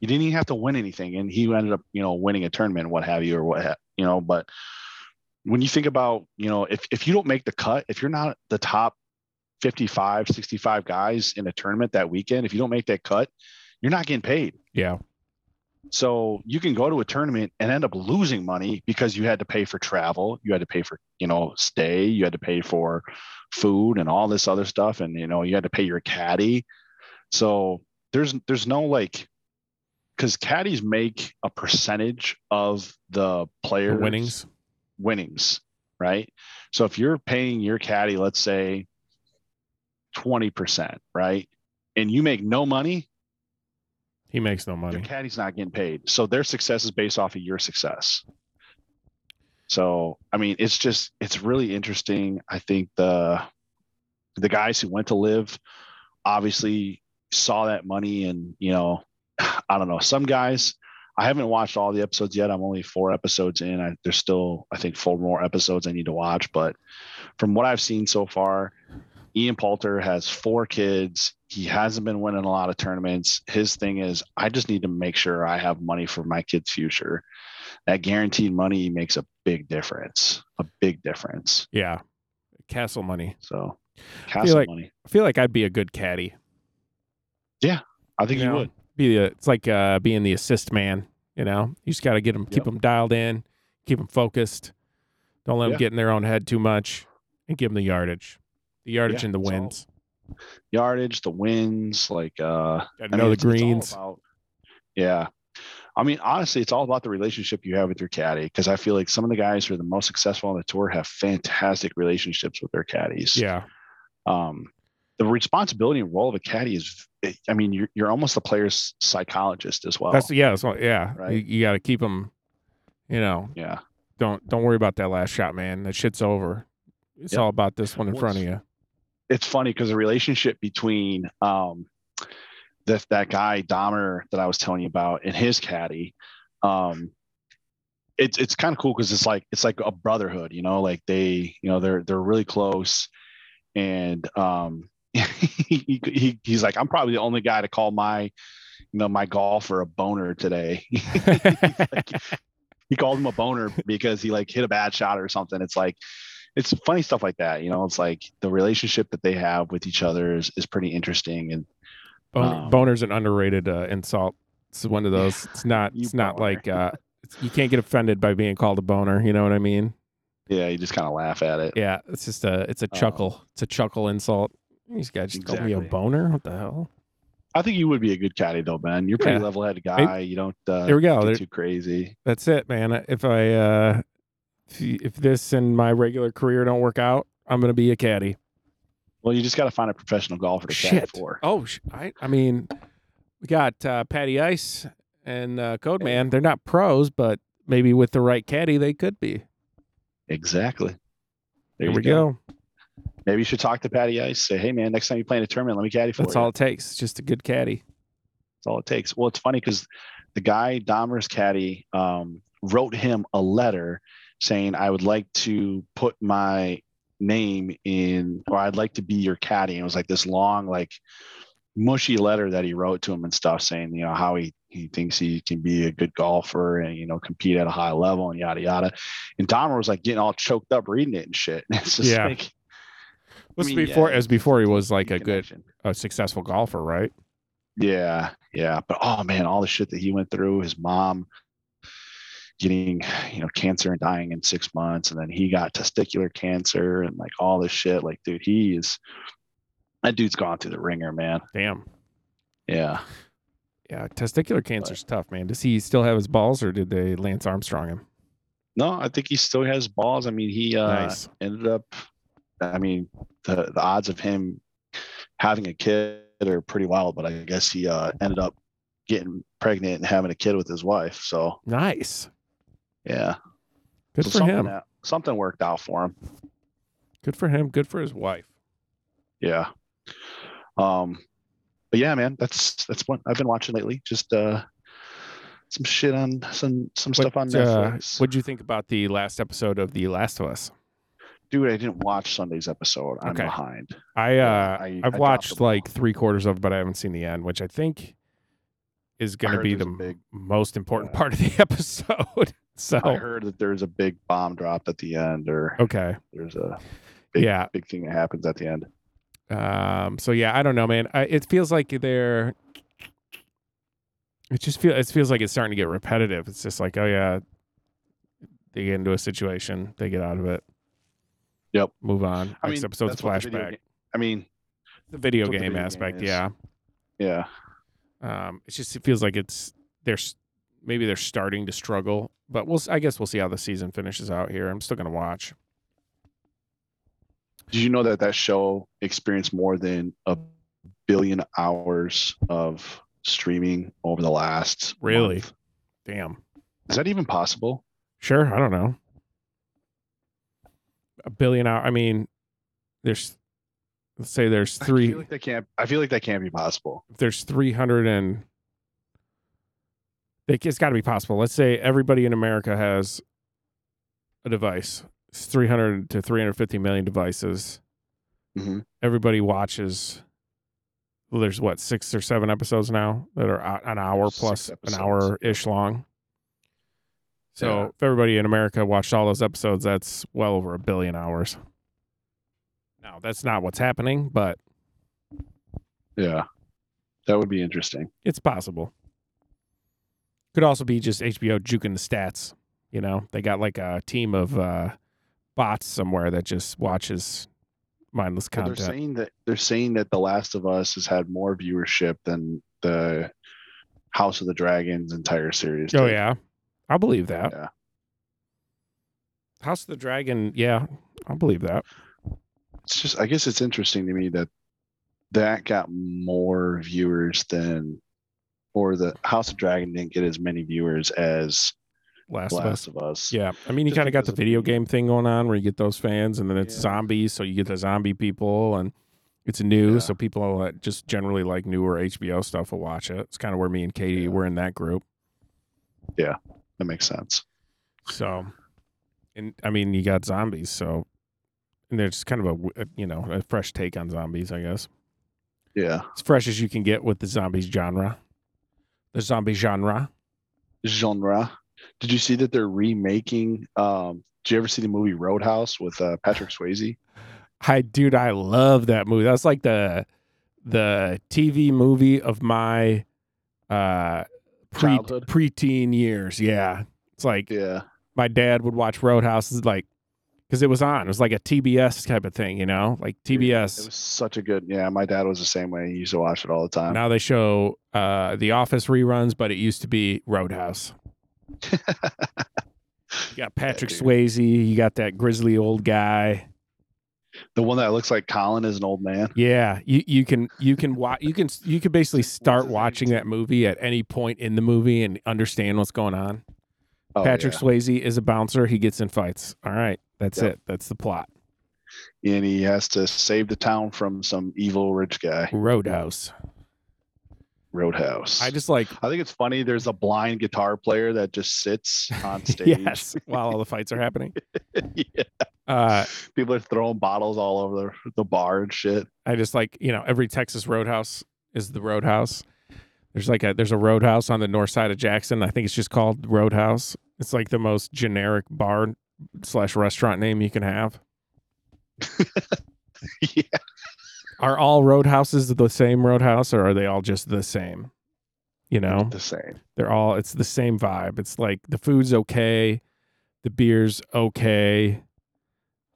You didn't even have to win anything, and he ended up, you know, winning a tournament, what have you, or what, ha- you know. But when you think about, you know, if if you don't make the cut, if you're not the top 55, 65 guys in a tournament that weekend, if you don't make that cut, you're not getting paid. Yeah. So you can go to a tournament and end up losing money because you had to pay for travel, you had to pay for, you know, stay, you had to pay for food and all this other stuff and you know, you had to pay your caddy. So there's there's no like cuz caddies make a percentage of the The player winnings. winnings, right? So if you're paying your caddy, let's say 20%, right? And you make no money, He makes no your money. caddy's not getting paid. So their success is based off of your success. So I mean, it's just it's really interesting. I think the the guys who went to live obviously saw that money and you know, I don't know, some guys I haven't watched all the episodes yet. I'm only four episodes in. I, there's still, I think, four more episodes I need to watch. But from what I've seen so far, Ian Poulter has four kids. He hasn't been winning a lot of tournaments. His thing is, I just need to make sure I have money for my kids' future. That guaranteed money makes a big difference, a big difference. Yeah. Castle money. So, castle like- money. I feel like I'd be a good caddy. I think you you know? would. Be the, it's like uh, being the assist man. You know, you just got to get them, keep Yep. them dialed in, keep them focused. Don't let them Yeah. get in their own head too much, and give them the yardage, the yardage Yeah, and the that's all. wins. Yardage, the wins, like, uh, Gotta I know mean, the it's- it's all greens. about- yeah. I mean, honestly, it's all about the relationship you have with your caddy because I feel like some of the guys who are the most successful on the tour have fantastic relationships with their caddies. Yeah, Um, the responsibility and role of a caddy is, I mean, you're, you're almost the player's psychologist as well. that's yeah, that's what, yeah. Right. You, you got to keep them. You know, yeah. don't don't worry about that last shot, man. That shit's over. It's Yep. all about this one in Well, front of it's- you. It's funny because the relationship between um, that that guy Dahmer that I was telling you about and his caddy, um, it's it's kind of cool because it's like it's like a brotherhood, you know, like they you know they're they're really close, and um, he, he he's like I'm probably the only guy to call my you know my golfer a boner today. he called him a boner because he like hit a bad shot or something. It's like it's funny stuff like that, you know. It's like the relationship that they have with each other is, is pretty interesting, and Boner, Um, boner's an underrated uh, insult. It's one of those. It's not. You It's not boner. like uh, it's, you can't get offended by being called a boner. You know what I mean? yeah, you just kind of laugh at it. Yeah, it's just a. It's a Um, chuckle. it's a chuckle insult. These guys just called me a Exactly. boner. What the hell? I think you would be a good caddy though, Ben. You're a pretty Yeah. level-headed guy. You don't uh, There we go. get There- too crazy. that's it, man. If I uh, if, you- if this and my regular career don't work out, I'm gonna be a caddy. Well, you just got to find a professional golfer to caddy Shit. for. Oh, sh- I, I mean, we got uh, Patty Ice and uh, Code Hey. Man. They're not pros, but maybe with the right caddy, they could be. Exactly. There There you we go. go. Maybe you should talk to Patty Ice. Say, hey man, next time you play in a tournament, let me caddy for That's you. all it takes. Just a good caddy. That's all it takes. Well, it's funny because the guy Dahmer's caddy um, wrote him a letter saying, "I would like to put my name in, or I'd like to be your caddy." And it was like this long, like mushy letter that he wrote to him and stuff, saying, you know, how he he thinks he can be a good golfer and you know compete at a high level and yada yada. And Dahmer was like getting all choked up reading it and shit. it's just Yeah. like Was mean, before yeah, as before he was like a good, connection. a successful golfer, right? Yeah, yeah. But oh man, all the shit that he went through, his mom getting, you know, cancer and dying in six months, and then he got testicular cancer and like all this shit. Like, dude, he is that dude's gone through the ringer, man. Damn. Yeah. Yeah, testicular cancer's tough, man. Does he still have his balls, or did they Lance Armstrong him? No, I think he still has balls. I mean, he uh nice. ended up I mean, the the odds of him having a kid are pretty wild, but I guess he uh ended up getting pregnant and having a kid with his wife. So Nice. yeah. Good So for something him. that- something worked out for him. Good for him. Good for his wife. Yeah. Um, but yeah, man, that's that's what I've been watching lately. Just uh, some shit on some some stuff on uh, Netflix. what'd you think about the last episode of The Last of Us? Dude, I didn't watch Sunday's episode. I'm Okay. behind. I Yeah, uh, I- I I've dropped the watched ball. like three quarters of, it, but I haven't seen the end, which I think is going to heard be there's the a big- most important yeah. part of the episode. so I heard that there's a big bomb drop at the end, or okay, there's a yeah, big thing that happens at the end. Um, so yeah, I don't know, man. I, it feels like they're. It just feel it feels like it's starting to get repetitive. It's just like, oh yeah, they get into a situation, they get out of it. Yep. Move on. I Next mean, episode's that's what the video flashback. ga- I mean, The video that's what the game video game aspect, is. yeah. yeah, Um, it's just it feels like it's they're s- maybe they're starting to struggle, but we'll s- I guess we'll see how the season finishes out here. I'm still gonna watch. Did you know that that show experienced more than Mm. a billion hours of streaming over the last Really? month? Damn. Is that even possible? Sure, I don't know. A billion hour. I mean, there's let's say there's I three. feel like that can't. I feel like that can't be possible. there's 300 and Like, it's got to be possible. Let's say everybody in America has a device. It's 300 to 350 million devices. Mhm. Everybody watches. Well, there's what six or seven episodes now that are a- an hour Six plus an episodes. hour ish long. So Yeah. if everybody in America watched all those episodes, that's well over a billion hours. Now that's not what's happening, but Yeah, that would be interesting. It's possible. Could also be just HBO juking the stats. You know, they got like a team of uh, bots somewhere that just watches mindless Well, they're content. saying that they're saying that The Last of Us has had more viewership than the House of the Dragons entire series. oh did. yeah, I believe that. Yeah. House of the Dragon. Yeah, I believe that. It's just. I guess it's interesting to me that that got more viewers than, or the House of Dragon didn't get as many viewers as Last, The of Us. Last of Us. Yeah, I mean, you Just kind of got because the of video the- game thing going on where you get those fans, and then it's Yeah. zombies, so you get the zombie people, and it's new, Yeah. so people that just generally like newer HBO stuff will watch it. It's kind of where me and Katie Yeah. were in that group. That makes sense. So, and I mean, you got zombies, so and there's kind of a w- a you know a fresh take on zombies, I guess. Yeah. As fresh as you can get with the zombies genre, the zombie genre. Genre. Did you see that they're remaking? Um, did you ever see the movie Roadhouse with uh, Patrick Swayze? I dude, I love that movie. That's like the the TV movie of my uh pre Childhood? preteen years. Yeah, it's like Yeah. my dad would watch Roadhouse. It's like because it was on. It was like a TBS type of thing, you know, like TBS. It was such a good. Yeah. My dad was the same way. He used to watch it all the time. Now they show uh, the Office reruns, but it used to be Roadhouse. you got Patrick dude. Swayze. You got that grizzly old guy. The one that looks like Colin is an old man. Yeah, you, you can you can watch you can you can basically What's his start name? watching that movie at any point in the movie and understand what's going on. Oh, Patrick Swayze is a bouncer. He gets in fights. All right, that's Yep. it. That's the plot. yeah. And he has to save the town from some evil rich guy. Roadhouse. Roadhouse. I just like I think it's funny. There's a blind guitar player that just sits on stage. yes while all the fights are happening. Yeah. Uh, People are throwing bottles all over the, the bar and shit. I just like you know every Texas Roadhouse is the Roadhouse. There's like a there's a Roadhouse on the north side of Jackson. I think it's just called Roadhouse. It's like the most generic bar slash restaurant name you can have. yeah. Are all Roadhouses the same Roadhouse, or are they all just the same? You know, The same. they're all it's the same vibe. It's like the food's okay, the beer's okay,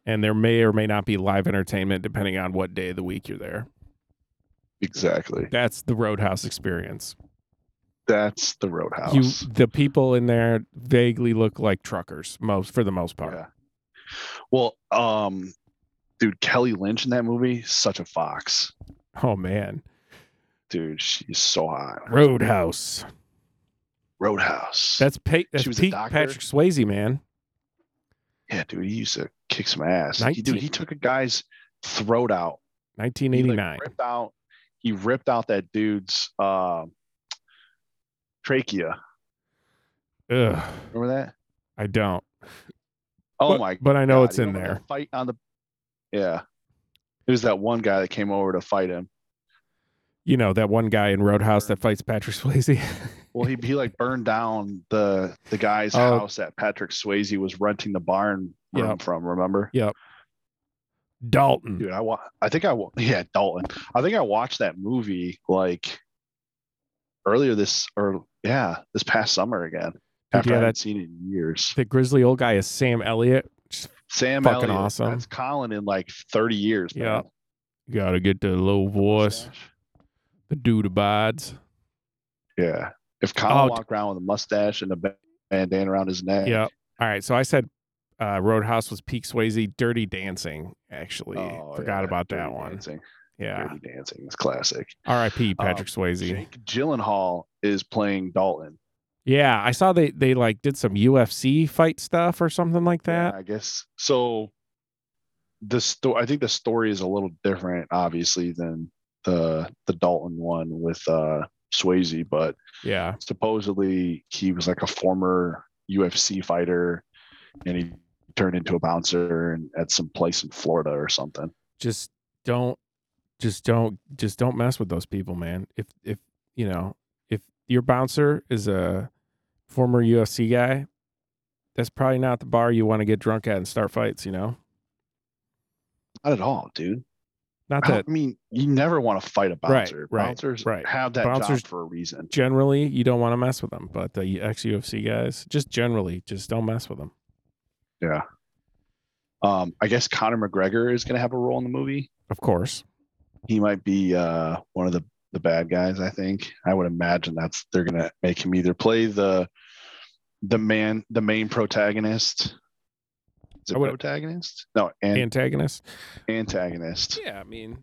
and there may or may not be live entertainment depending on what day of the week you're there. Exactly. That's the Roadhouse experience. That's the Roadhouse. you the people in there vaguely look like truckers most for the most part Yeah. Well, um, dude, Kelly Lynch in that movie, such a fox, oh man dude. She's so hot. roadhouse Roadhouse. that's, pa- that's She was a peak doctor. patrick swayze man yeah, dude. He used to kick some ass. He- dude, 19. he took a guy's throat out. He like, 1989 ripped out. He ripped out that dude's uh, trachea. Ugh, Remember that? i don't Oh but, my! but i know God, it's you in remember there that Fight on the. Yeah, it was that one guy that came over to fight him. you know that one guy in roadhouse that fights patrick swayze Well, he he like burned down the the guy's Oh. house that Patrick Swayze was renting the barn room Yep. from. Remember? Yep. Dalton. Mm. dude. I wa- I think I wa- yeah Dalton. I think I watched that movie like earlier this or yeah this past summer again. After yeah, I that- hadn't seen it in years. The grizzly old guy is Sam Elliott. Just Sam fucking Elliott, awesome. That's Colin in like 30 years. Yeah. man. gotta get the low voice. Mustache. The dude abides. Yeah. If Colin Oh, d- walked around with a mustache and a ba- bandana around his neck. Yep. All right. So I said uh, Roadhouse was Peak Swayze. Dirty Dancing, actually. Oh, Forgot yeah, about Dirty that one. Dancing. Yeah. Dirty Dancing is classic. R.I.P. Um, Patrick Swayze. Jake Gyllenhaal is playing Dalton. Yeah, I saw they they like did some UFC fight stuff or something like Yeah, that. I guess so. The story, I think the story is a little different, obviously, than the the Dalton one with uh Swayze, but Yeah. supposedly he was like a former UFC fighter, and he turned into a bouncer and at some place in Florida or something. Just don't just don't just don't mess with those people, man. If if you know, if your bouncer is a former UFC guy, that's probably not the bar you want to get drunk at and start fights, you know? Not at all, dude. Not I, don't- that I mean, you never want to fight a Right, bouncer. right, Bouncers right. have that Bouncers- job for a reason. generally you don't want to mess with them, but the ex UFC guys, just generally, just don't mess with them. Um, I guess Conor McGregor is going to have a role in the movie. Of course. he might be uh, one of the the bad guys. I think I would imagine that's they're gonna make him either play the the man the main protagonist. Is it I would- protagonist? No, an, Antagonist. antagonist. Yeah, I mean,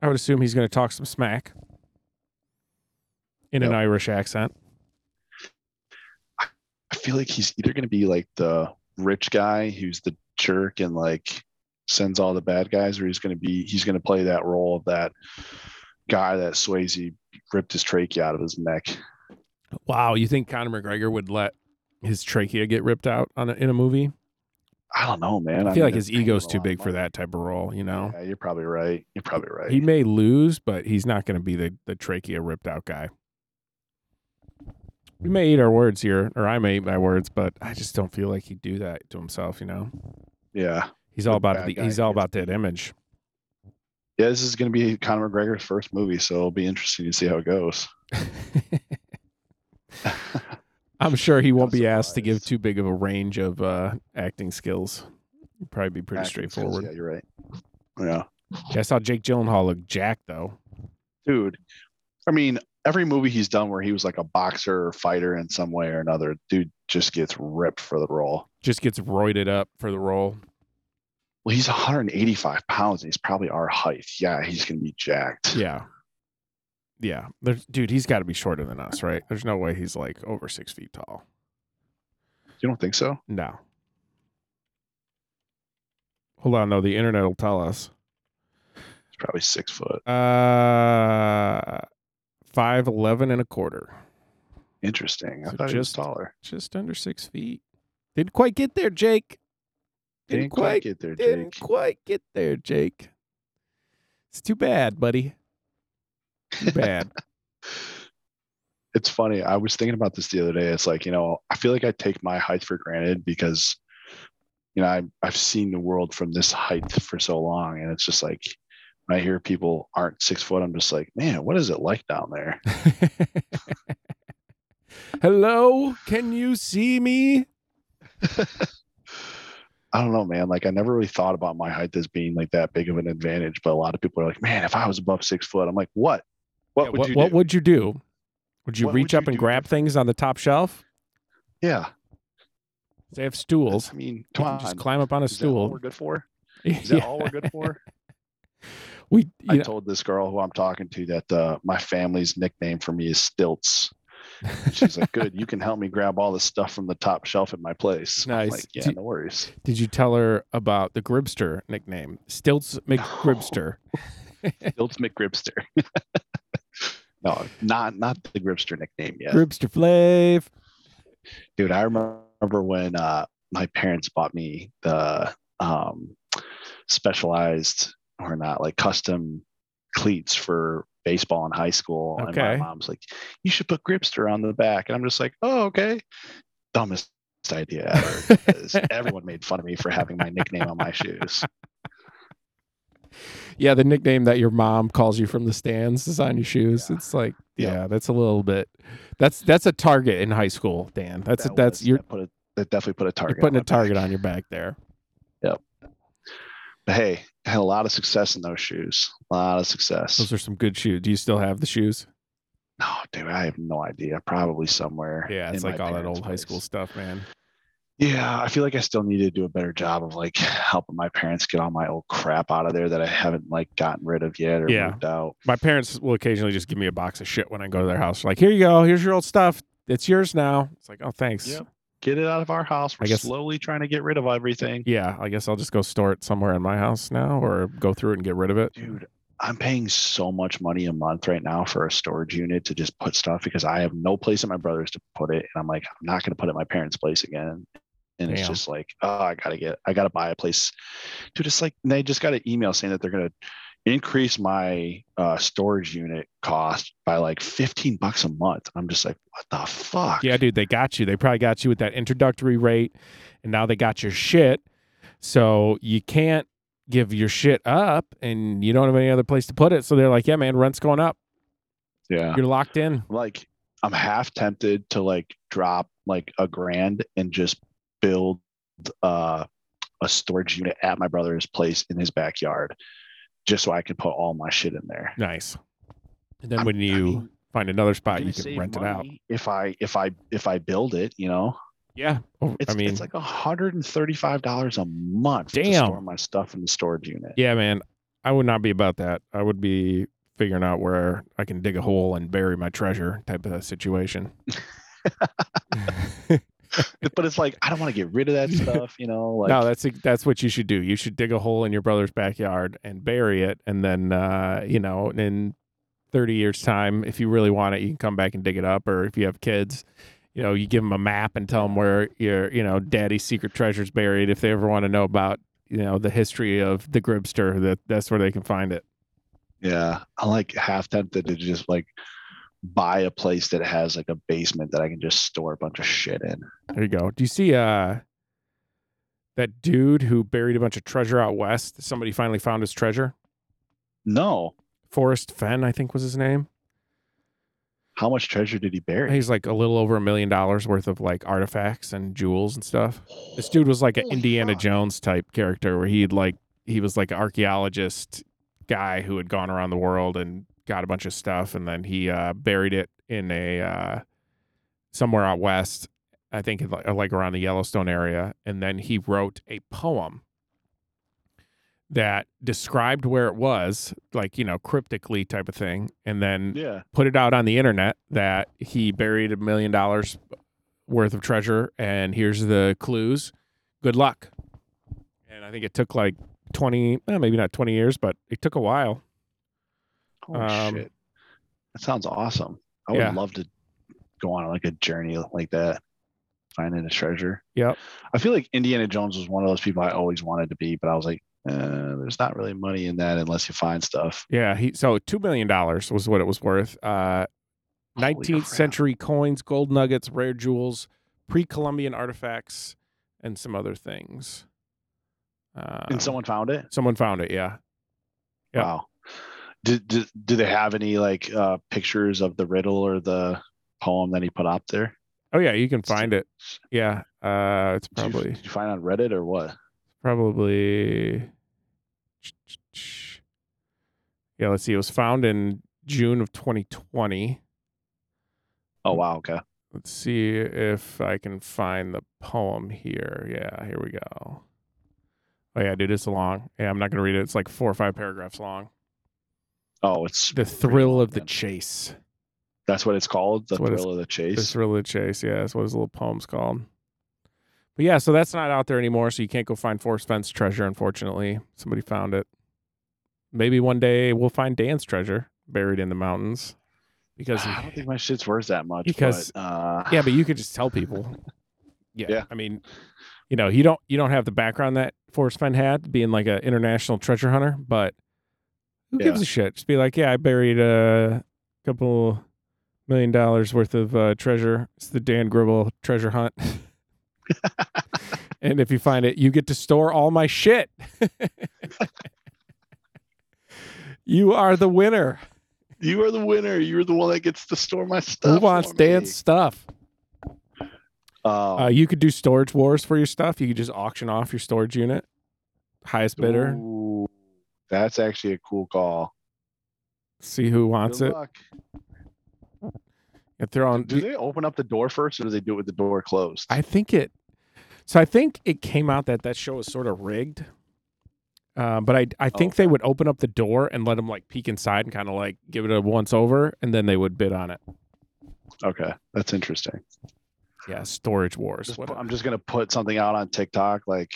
I would assume he's going to talk some smack in an Yep. Irish accent. I feel like he's either gonna be like the rich guy who's the jerk and like sends all the bad guys, or he's gonna be he's gonna play that role of that guy that Swayze ripped his trachea out of his neck. Wow, you think Conor McGregor would let his trachea get ripped out on a, in a movie? I don't know, man. I feel like mean, his they're paying ego's him a too lot of big for money. that type of role. You know, Yeah, you're probably right. You're probably right. he may lose, but he's not going to be the the trachea ripped out guy. We may eat our words here, or I may eat my words, but I just don't feel like he'd do that to himself. You know, yeah. he's all The about bad the, guy he's all gets- about that image. yeah, this is going to be Conor McGregor's first movie, so it'll be interesting to see how it goes. I'm sure he won't Not be asked to give surprised. too big of a range of uh, acting skills. It'd Probably be pretty Acting skills, straightforward. Yeah, you're right. Yeah, Yeah, I saw Jake Gyllenhaal look jacked though. dude. I mean, every movie he's done where he was like a boxer or fighter in some way or another, dude just gets ripped for the role. Just gets roided up for the role. Well, he's 185 pounds and he's probably our height. Yeah, he's going to be jacked. Yeah, yeah. There's, dude, he's got to be shorter than us, right? There's no way he's like over six feet tall. You don't think so? No. Hold on though, the internet will tell us. He's probably six foot. Uh, five eleven and a quarter, Interesting. I So thought he was just- taller. just under six feet. Didn't quite get there, Jake. Didn't, quite, get there, Jake. Didn't quite get there, Jake. It's too bad, buddy. Too bad. it's funny. I was thinking about this the other day. It's like, you know, I feel like I take my height for granted because, you know, I, I've seen the world from this height for so long. And it's just like, when I hear people aren't six foot, I'm just like, man, what is it like down there? Hello, can you see me? I don't know, man. Like, I never really thought about my height as being like that big of an advantage. But a lot of people are like, man, if I was above six foot, I'm like, what? What Yeah, would what, you what do? would you do? Would you What reach would up you and do grab things on the top shelf? yeah. They have stools. I mean, You come can on. just climb up on a Is that all we're stool. good for? Is that yeah. all we're good for? We, you I know- told this girl who I'm talking to that uh, my family's nickname for me is Stilts. She's like, "Good, you can help me grab all the stuff from the top shelf at my place." I'm Nice. Like, yeah, Do- no worries. did you tell her about the Gribster nickname? Stilts McGribster. Stilts McGripster. no, not not the Gripster nickname yet, Gribster Flav. dude. I remember when uh, my parents bought me the um, specialized or not like custom cleats for baseball in high school. And my Okay. mom's like, you should put gripster on the back. And I'm just like, oh, okay. Dumbest idea ever. 'cause Everyone made fun of me for having my nickname on my shoes. yeah, the nickname that your mom calls you from the stands is on your shoes. Yeah. It's like, Yeah. yeah, that's a little bit. That's that's a target in high school, Dan. That's That that's was- you're, that put a, that definitely put a target. you're putting on my a back. target on your back there. But hey, I had a lot of success in those shoes. A lot of success. Those are some good shoes. Do you still have the shoes? No, dude, I have no idea. Probably somewhere. Yeah, it's in my like all that parents' old high place. school stuff, man. Yeah, I feel like I still need to do a better job of like helping my parents get all my old crap out of there that I haven't like gotten rid of yet or Yeah. moved out. My parents will occasionally just give me a box of shit when I go to their house. Like, here you go. Here's your old stuff. It's yours now. It's like, oh, thanks. Yep. Get it out of our house. We're I guess- slowly trying to get rid of everything. Yeah, I guess I'll just go store it somewhere in my house now or go through it and get rid of it. Dude, I'm paying so much money a month right now for a storage unit to just put stuff because I have no place at my brother's to put it. And I'm like, I'm not going to put it at my parents' place again. And it's Damn. just like, oh, I got to get, I got to buy a place. Dude, it's like, and they just got an email saying that they're going to increase my uh, storage unit cost by like 15 bucks a month. I'm just like, what the fuck? Yeah, dude, they got you. They probably got you with that introductory rate, and now they got your shit. So you can't give your shit up, and you don't have any other place to put it. So they're like, yeah, man, rent's going up. Yeah. You're locked in. like I'm half tempted to like drop like a grand and just build uh, a storage unit at my brother's place in his backyard, just so I can put all my shit in there. Nice. And then I'm- when I you mean, find another spot, I'm gonna you can save rent it out. money If I if I if I build it, you know, Yeah. Oh, it's I mean, it's like hundred and thirty five dollars a month to Damn. store my stuff in the storage unit. yeah, man, I would not be about that. I would be figuring out where I can dig a hole and bury my treasure type of situation. But it's like I don't want to get rid of that stuff, you know. Like no, that's that's what you should do. You should dig a hole in your brother's backyard and bury it, and then uh, you know, in thirty years' time, if you really want it, you can come back and dig it up. Or if you have kids, you know, you give them a map and tell them where your you know daddy's secret treasure's buried. If they ever want to know about you know the history of the Gribster, that that's where they can find it. Yeah, I like half tempted to just like buy a place that has like a basement that I can just store a bunch of shit in. There you go. Do you see uh that dude who buried a bunch of treasure out west? Somebody finally found his treasure. No, Forrest Fenn, I think was his name. how much treasure did he bury? He's like a little over a million dollars worth of like artifacts and jewels and stuff. This dude was like an Holy Indiana fuck. Jones type character where he'd like he was like an archaeologist guy who had gone around the world and got a bunch of stuff and then he uh, buried it in a uh, somewhere out west, I think in, like- uh, like around the Yellowstone area, and then he wrote a poem that described where it was, like you know cryptically type of thing, and then Yeah, put it out on the internet that he buried a million dollars worth of treasure and here's the clues. Good luck. And I think it took like 20, eh, maybe not 20 years, but it took a while. holy Um, shit, that sounds awesome. I would yeah. love to go on like a journey like that, finding a treasure. Yep. I feel like Indiana Jones was one of those people I always wanted to be, but I was like, uh, there's not really money in that unless you find stuff. Yeah, he so 2 million dollars was what it was worth. Uh Holy 19th crap. century coins, gold nuggets, rare jewels, pre-Columbian artifacts and some other things. Uh, And someone found it. someone found it, yeah. Yep. Wow. Do, do, do they have any like uh, pictures of the riddle or the poem that he put up there? Oh yeah, you can Still- find it. Yeah. Uh it's Did you- probably Did you, find on Reddit or what? probably yeah let's see it was found in june of 2020 Mm. Oh wow, okay. let's see if i can find the poem here yeah here we go oh yeah dude it's long yeah i'm not gonna read it it's like four or five paragraphs long Oh, it's the thrill of the then. chase that's what it's called, the That's what it's- thrill of the the chase. thrill of the chase yeah that's what his little poem's called but yeah so that's not out there anymore so you can't go find forest fence treasure unfortunately somebody found it maybe one day we'll find dan's treasure buried in the mountains because Ah, I don't think my shit's worth that much. Because- but, uh, yeah but you could just tell people yeah, Yeah. i mean you know you don't you don't have the background that forrest fenn had being like an international treasure hunter but who Yeah. gives a shit just be like yeah i buried a couple million dollars worth of uh, treasure it's the dan gribble treasure hunt and if you find it you get to store all my shit You are the winner. You are the winner. You're the one that gets to store my stuff. Who wants for me. Dan's stuff? Um, Uh, you could do storage wars for your stuff. You could just auction off your storage unit, highest bidder, ooh, that's actually a cool call. see who wants Good it. luck. And throw on. Do they open up the door first, or do they do it with the door closed? I think it. So I think it came out that that show was sort of rigged. Uh, but I I think they would open up the door and let them like peek inside and kind of like give it a once over, and then they would bid on it. okay, that's interesting. Yeah, storage wars. Just whatever. put- I'm just gonna put something out on TikTok, like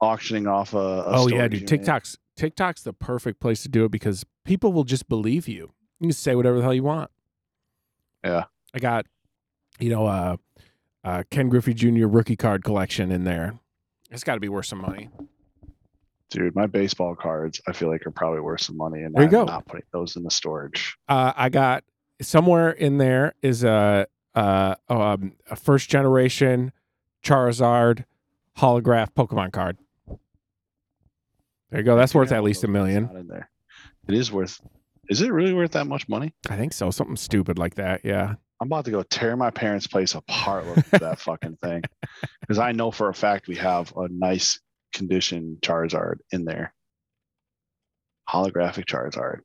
auctioning off a. a oh yeah, storage dude. unit. TikTok's TikTok's the perfect place to do it because people will just believe you. You can say whatever the hell you want. Yeah. I got, you know, uh, uh Ken Griffey Jr. rookie card collection in there. It's got to be worth some money. Dude, my baseball cards, I feel like are probably worth some money, and There you I'm go. not putting those in the storage. Uh, I got somewhere in there is a uh um, a first generation Charizard holograph Pokemon card. There you go. Oh, That's Figure worth out at what least a those- million. Not in there. It is worth. Is it really worth that much money? I think so. Something stupid like that. Yeah. I'm about to go tear my parents' place apart looking for that fucking thing, because I know for a fact we have a nice condition Charizard in there, holographic Charizard.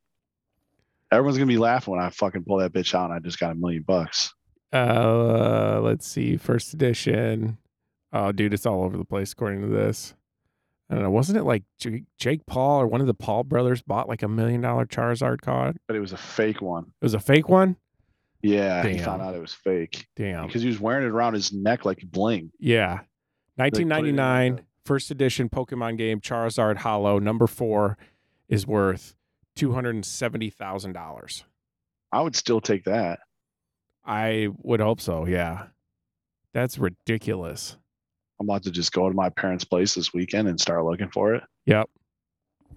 Everyone's gonna be laughing when I fucking pull that bitch out and I just got a million bucks. Uh, let's see. First edition. Oh, dude, it's all over the place according to this. I don't know. Wasn't it like J- Jake Paul or one of the Paul brothers bought like a million dollar Charizard card? but it was a fake one. It was a fake one. Yeah, he found Damn. out it was fake Damn. because he was wearing it around his neck like bling. Yeah. put it in like 1999 the- first edition Pokemon game Charizard Hollow number 4 is worth $270,000. I would still take that. I would hope so. Yeah. That's ridiculous. I'm about to just go to my parents' place this weekend and start looking for it. Yep.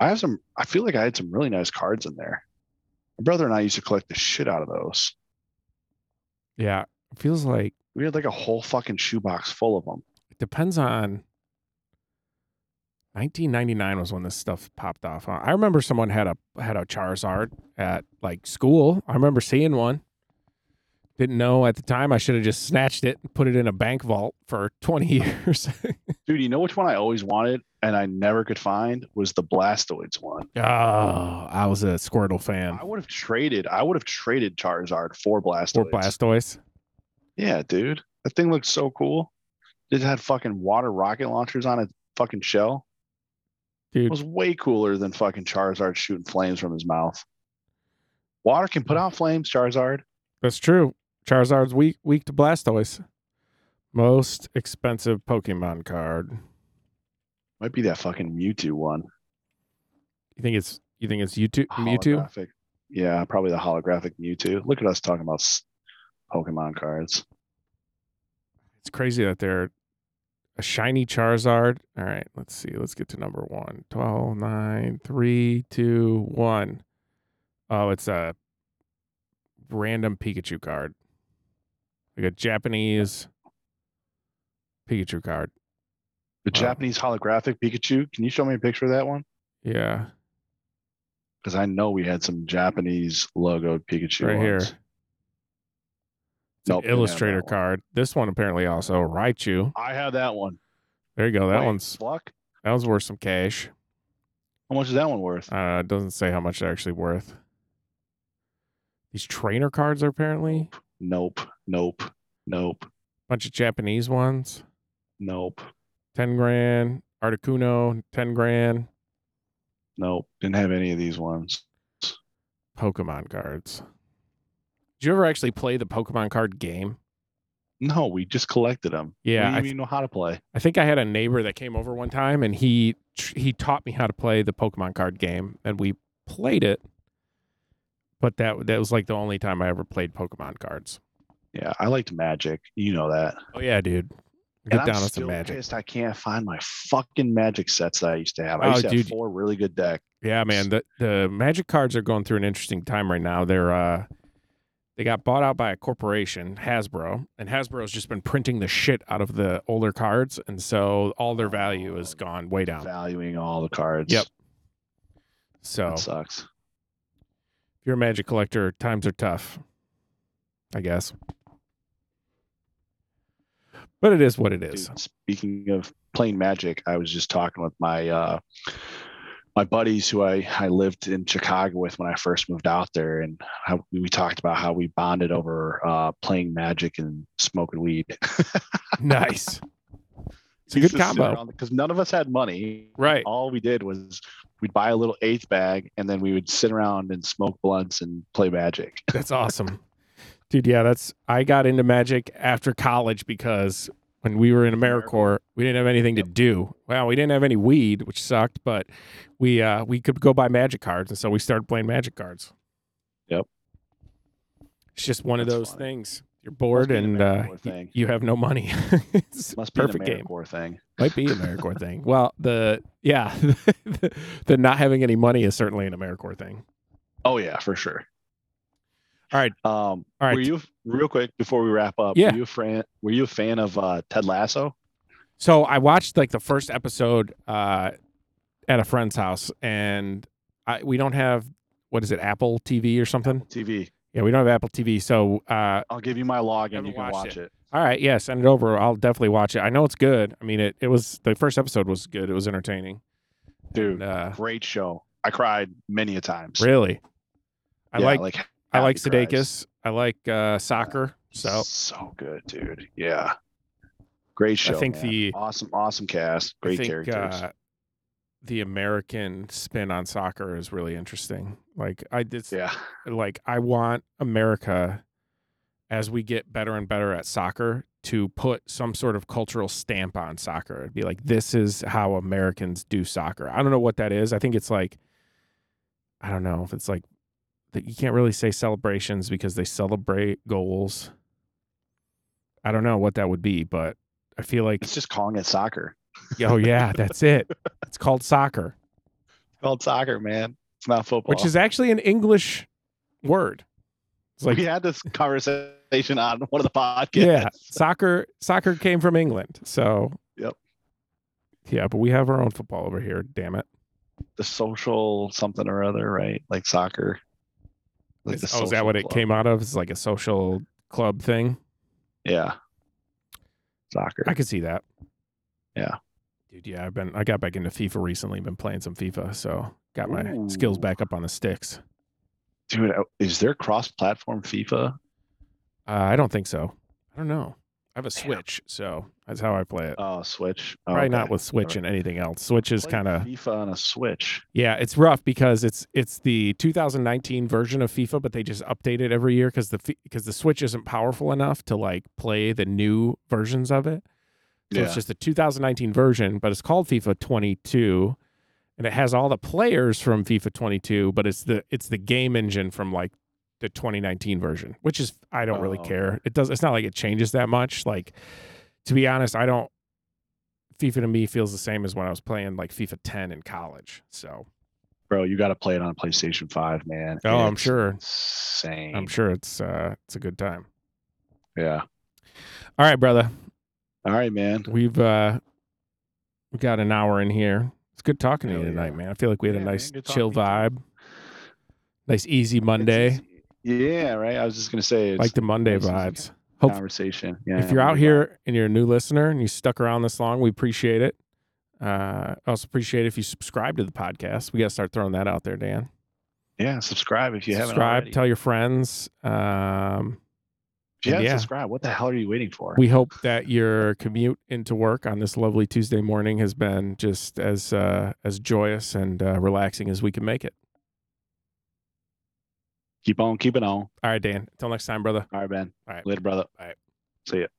I have some. I feel like I had some really nice cards in there. My brother and I used to collect the shit out of those. Yeah. Feels like We had like a whole fucking shoebox full of them. it depends on 1999 was when this stuff popped off. huh? I remember someone had a had a Charizard at like school. I remember seeing one. Didn't know at the time I should have just snatched it and put it in a bank vault for 20 years. Dude, you know which one I always wanted and I never could find was the Blastoids one. oh, I was a Squirtle fan. I would have traded. I would have traded Charizard for Blastoids. Or Blastoise. Yeah, dude. That thing looked so cool. It had fucking water rocket launchers on its fucking shell. It Dude, was way cooler than fucking Charizard shooting flames from his mouth. Water can put out flames, Charizard. that's true. Charizard's weak weak to Blastoise. Most expensive Pokemon card. Might be that fucking Mewtwo one. You think it's you think it's YouTube Oh, Mewtwo? Holographic. Yeah, probably the holographic Mewtwo. Look at us talking about s- Pokemon cards. It's crazy that they're a shiny Charizard. All right, let's see. Let's get to number one. 12, 9, 3, 2, 1. Oh, it's a random Pikachu card. Like a Japanese Pikachu card. The Wow. Japanese holographic Pikachu. Can you show me a picture of that one? Yeah, Because I know we had some Japanese logoed Pikachu. right here. ones. It's Nope, an didn't have illustrator that one. card. This one apparently also Raichu. I have that one. There you go. That Wait, one's Fluck. that one's worth some cash. How much is that one worth? Uh, it doesn't say how much they're actually worth. These trainer cards are apparently a Nope. Nope. Nope. bunch of Japanese ones. Nope. Ten grand. Articuno, ten grand. Nope. Didn't have any of these ones. Pokemon cards. Did you ever actually play the Pokemon card game? No, we just collected them. Yeah, we I didn't even know how to play. I think I had a neighbor that came over one time and he he taught me how to play the Pokemon card game and we played it. But that that was like the only time I ever played Pokemon cards. Yeah, I liked Magic. You know that. Oh yeah, dude. Get and down I'm on still some magic. pissed I can't find my fucking Magic sets that I used to have. I used Oh, to dude. have four really good decks. Yeah, man. The the magic cards are going through an interesting time right now. They're uh they got bought out by a corporation, Hasbro, and Hasbro's just been printing the shit out of the older cards, and so all their value has gone way down. Valuing all the cards. Yep. So That sucks. you're a magic collector, times are tough. I guess. But it is what it is. Dude, speaking of playing magic, I was just talking with my uh my buddies who I, I lived in Chicago with when I first moved out there, and how, we talked about how we bonded over uh, playing magic and smoking weed. nice. It's a good combo. because none of us had money. Right. All we did was we'd buy a little eighth bag, and then we would sit around and smoke blunts and play magic. That's awesome. Dude, yeah, that's I got into magic after college because when we were in AmeriCorps, we didn't have anything to do. Well, we didn't have any weed, which sucked, but we uh we could go buy magic cards and so we started playing magic cards. Yep. It's just one of That's those funny. things. You're Must bored be an and uh AmeriCorps y- thing. you have no money. It's Must be perfect an game. AmeriCorps thing. Might be an AmeriCorps thing. Well, the yeah, the, not having any money is certainly an AmeriCorps thing. Oh yeah, for sure. All right. Um, All right. Were you real quick before we wrap up? Yeah. Were you a fan? Were you a fan of uh, Ted Lasso? So I watched like the first episode uh, at a friend's house, and I, we don't have what is it, Apple TV or something? TV. Yeah, we don't have Apple TV. So uh, I'll give you my login. Haven't You can watched watch it. all right, yeah, send it over. I'll definitely watch it. I know it's good. I mean, it, it was the first episode was good. It was entertaining. dude. And, uh, Great show. I cried many a times. really, I Yeah, like like I like happy cries. Sudeikis. I like uh, soccer. So so good, dude. Yeah, great show. think man. the- awesome, awesome cast. Great I think, characters. Uh, the American spin on soccer is really interesting. Like I did, yeah, like I want America, as we get better and better at soccer, to put some sort of cultural stamp on soccer. It'd be like this is how Americans do soccer. I don't know what that is. I think it's like, I don't know if it's like that. You can't really say celebrations because they celebrate goals. I don't know what that would be, but I feel like it's just calling it soccer. Oh yeah, that's it. It's called soccer, It's called soccer, man. It's not football. which is actually an English word. It's like we had this conversation on one of the podcasts. yeah, soccer soccer came from England. So Yep. Yeah, but we have our own football over here, damn it. the social something or other, right? Like soccer. Like It's- the oh, is that what it social came out of? It's like a social club thing. club. Yeah, soccer. I could see that. Yeah. Dude, yeah, I've been I got back into FIFA recently, been playing some FIFA, so got my skills Ooh. back up on the sticks. Dude, oh, is there cross-platform FIFA? Uh, I don't think so. I don't know. I have a Damn. Switch, so that's how I play it. Oh, Switch. Oh, Probably okay. not with Switch Alright. and anything else. Switch is Play kind of FIFA on a Switch. yeah, it's rough because it's it's the 2019 version of FIFA, but they just update it every year because the because the Switch isn't powerful enough to like play the new versions of it. So it's just the 2019 version, but it's called FIFA 22, and it has all the players from FIFA 22, but it's the it's the game engine from like the 2019 version, which is I don't really Oh, care. It does. It's not like it changes that much. Like to be honest, I don't. FIFA to me feels the same as when I was playing like FIFA 10 in college. So bro, you got to play it on a PlayStation Five, man. oh, I'm It's sure. Insane. I'm sure it's uh it's a good time. Yeah. All right, brother. All right, man. We've uh we got an hour in here. It's good talking to you Hell tonight, yeah. man. I feel like we had Yeah, a man. nice Good talking chill to you too. vibe. Nice easy Monday. It's- Yeah, right. I was just gonna say, it's Like the Monday nice easy vibes. a hope- conversation. Yeah. if you're out Monday vibe. here and you're a new listener and you stuck around this long, we appreciate it. Uh also appreciate if you subscribe to the podcast. We gotta start throwing that out there, Dan. yeah, subscribe if you haven't subscribe, already. tell your friends. Um if you haven't yeah. subscribed, what the hell are you waiting for? We hope that your commute into work on this lovely Tuesday morning has been just as uh, as joyous and uh, relaxing as we can make it. keep on keeping on. All right, Dan. Until next time, brother. All right, Ben. All right. Later, brother. All right. See ya.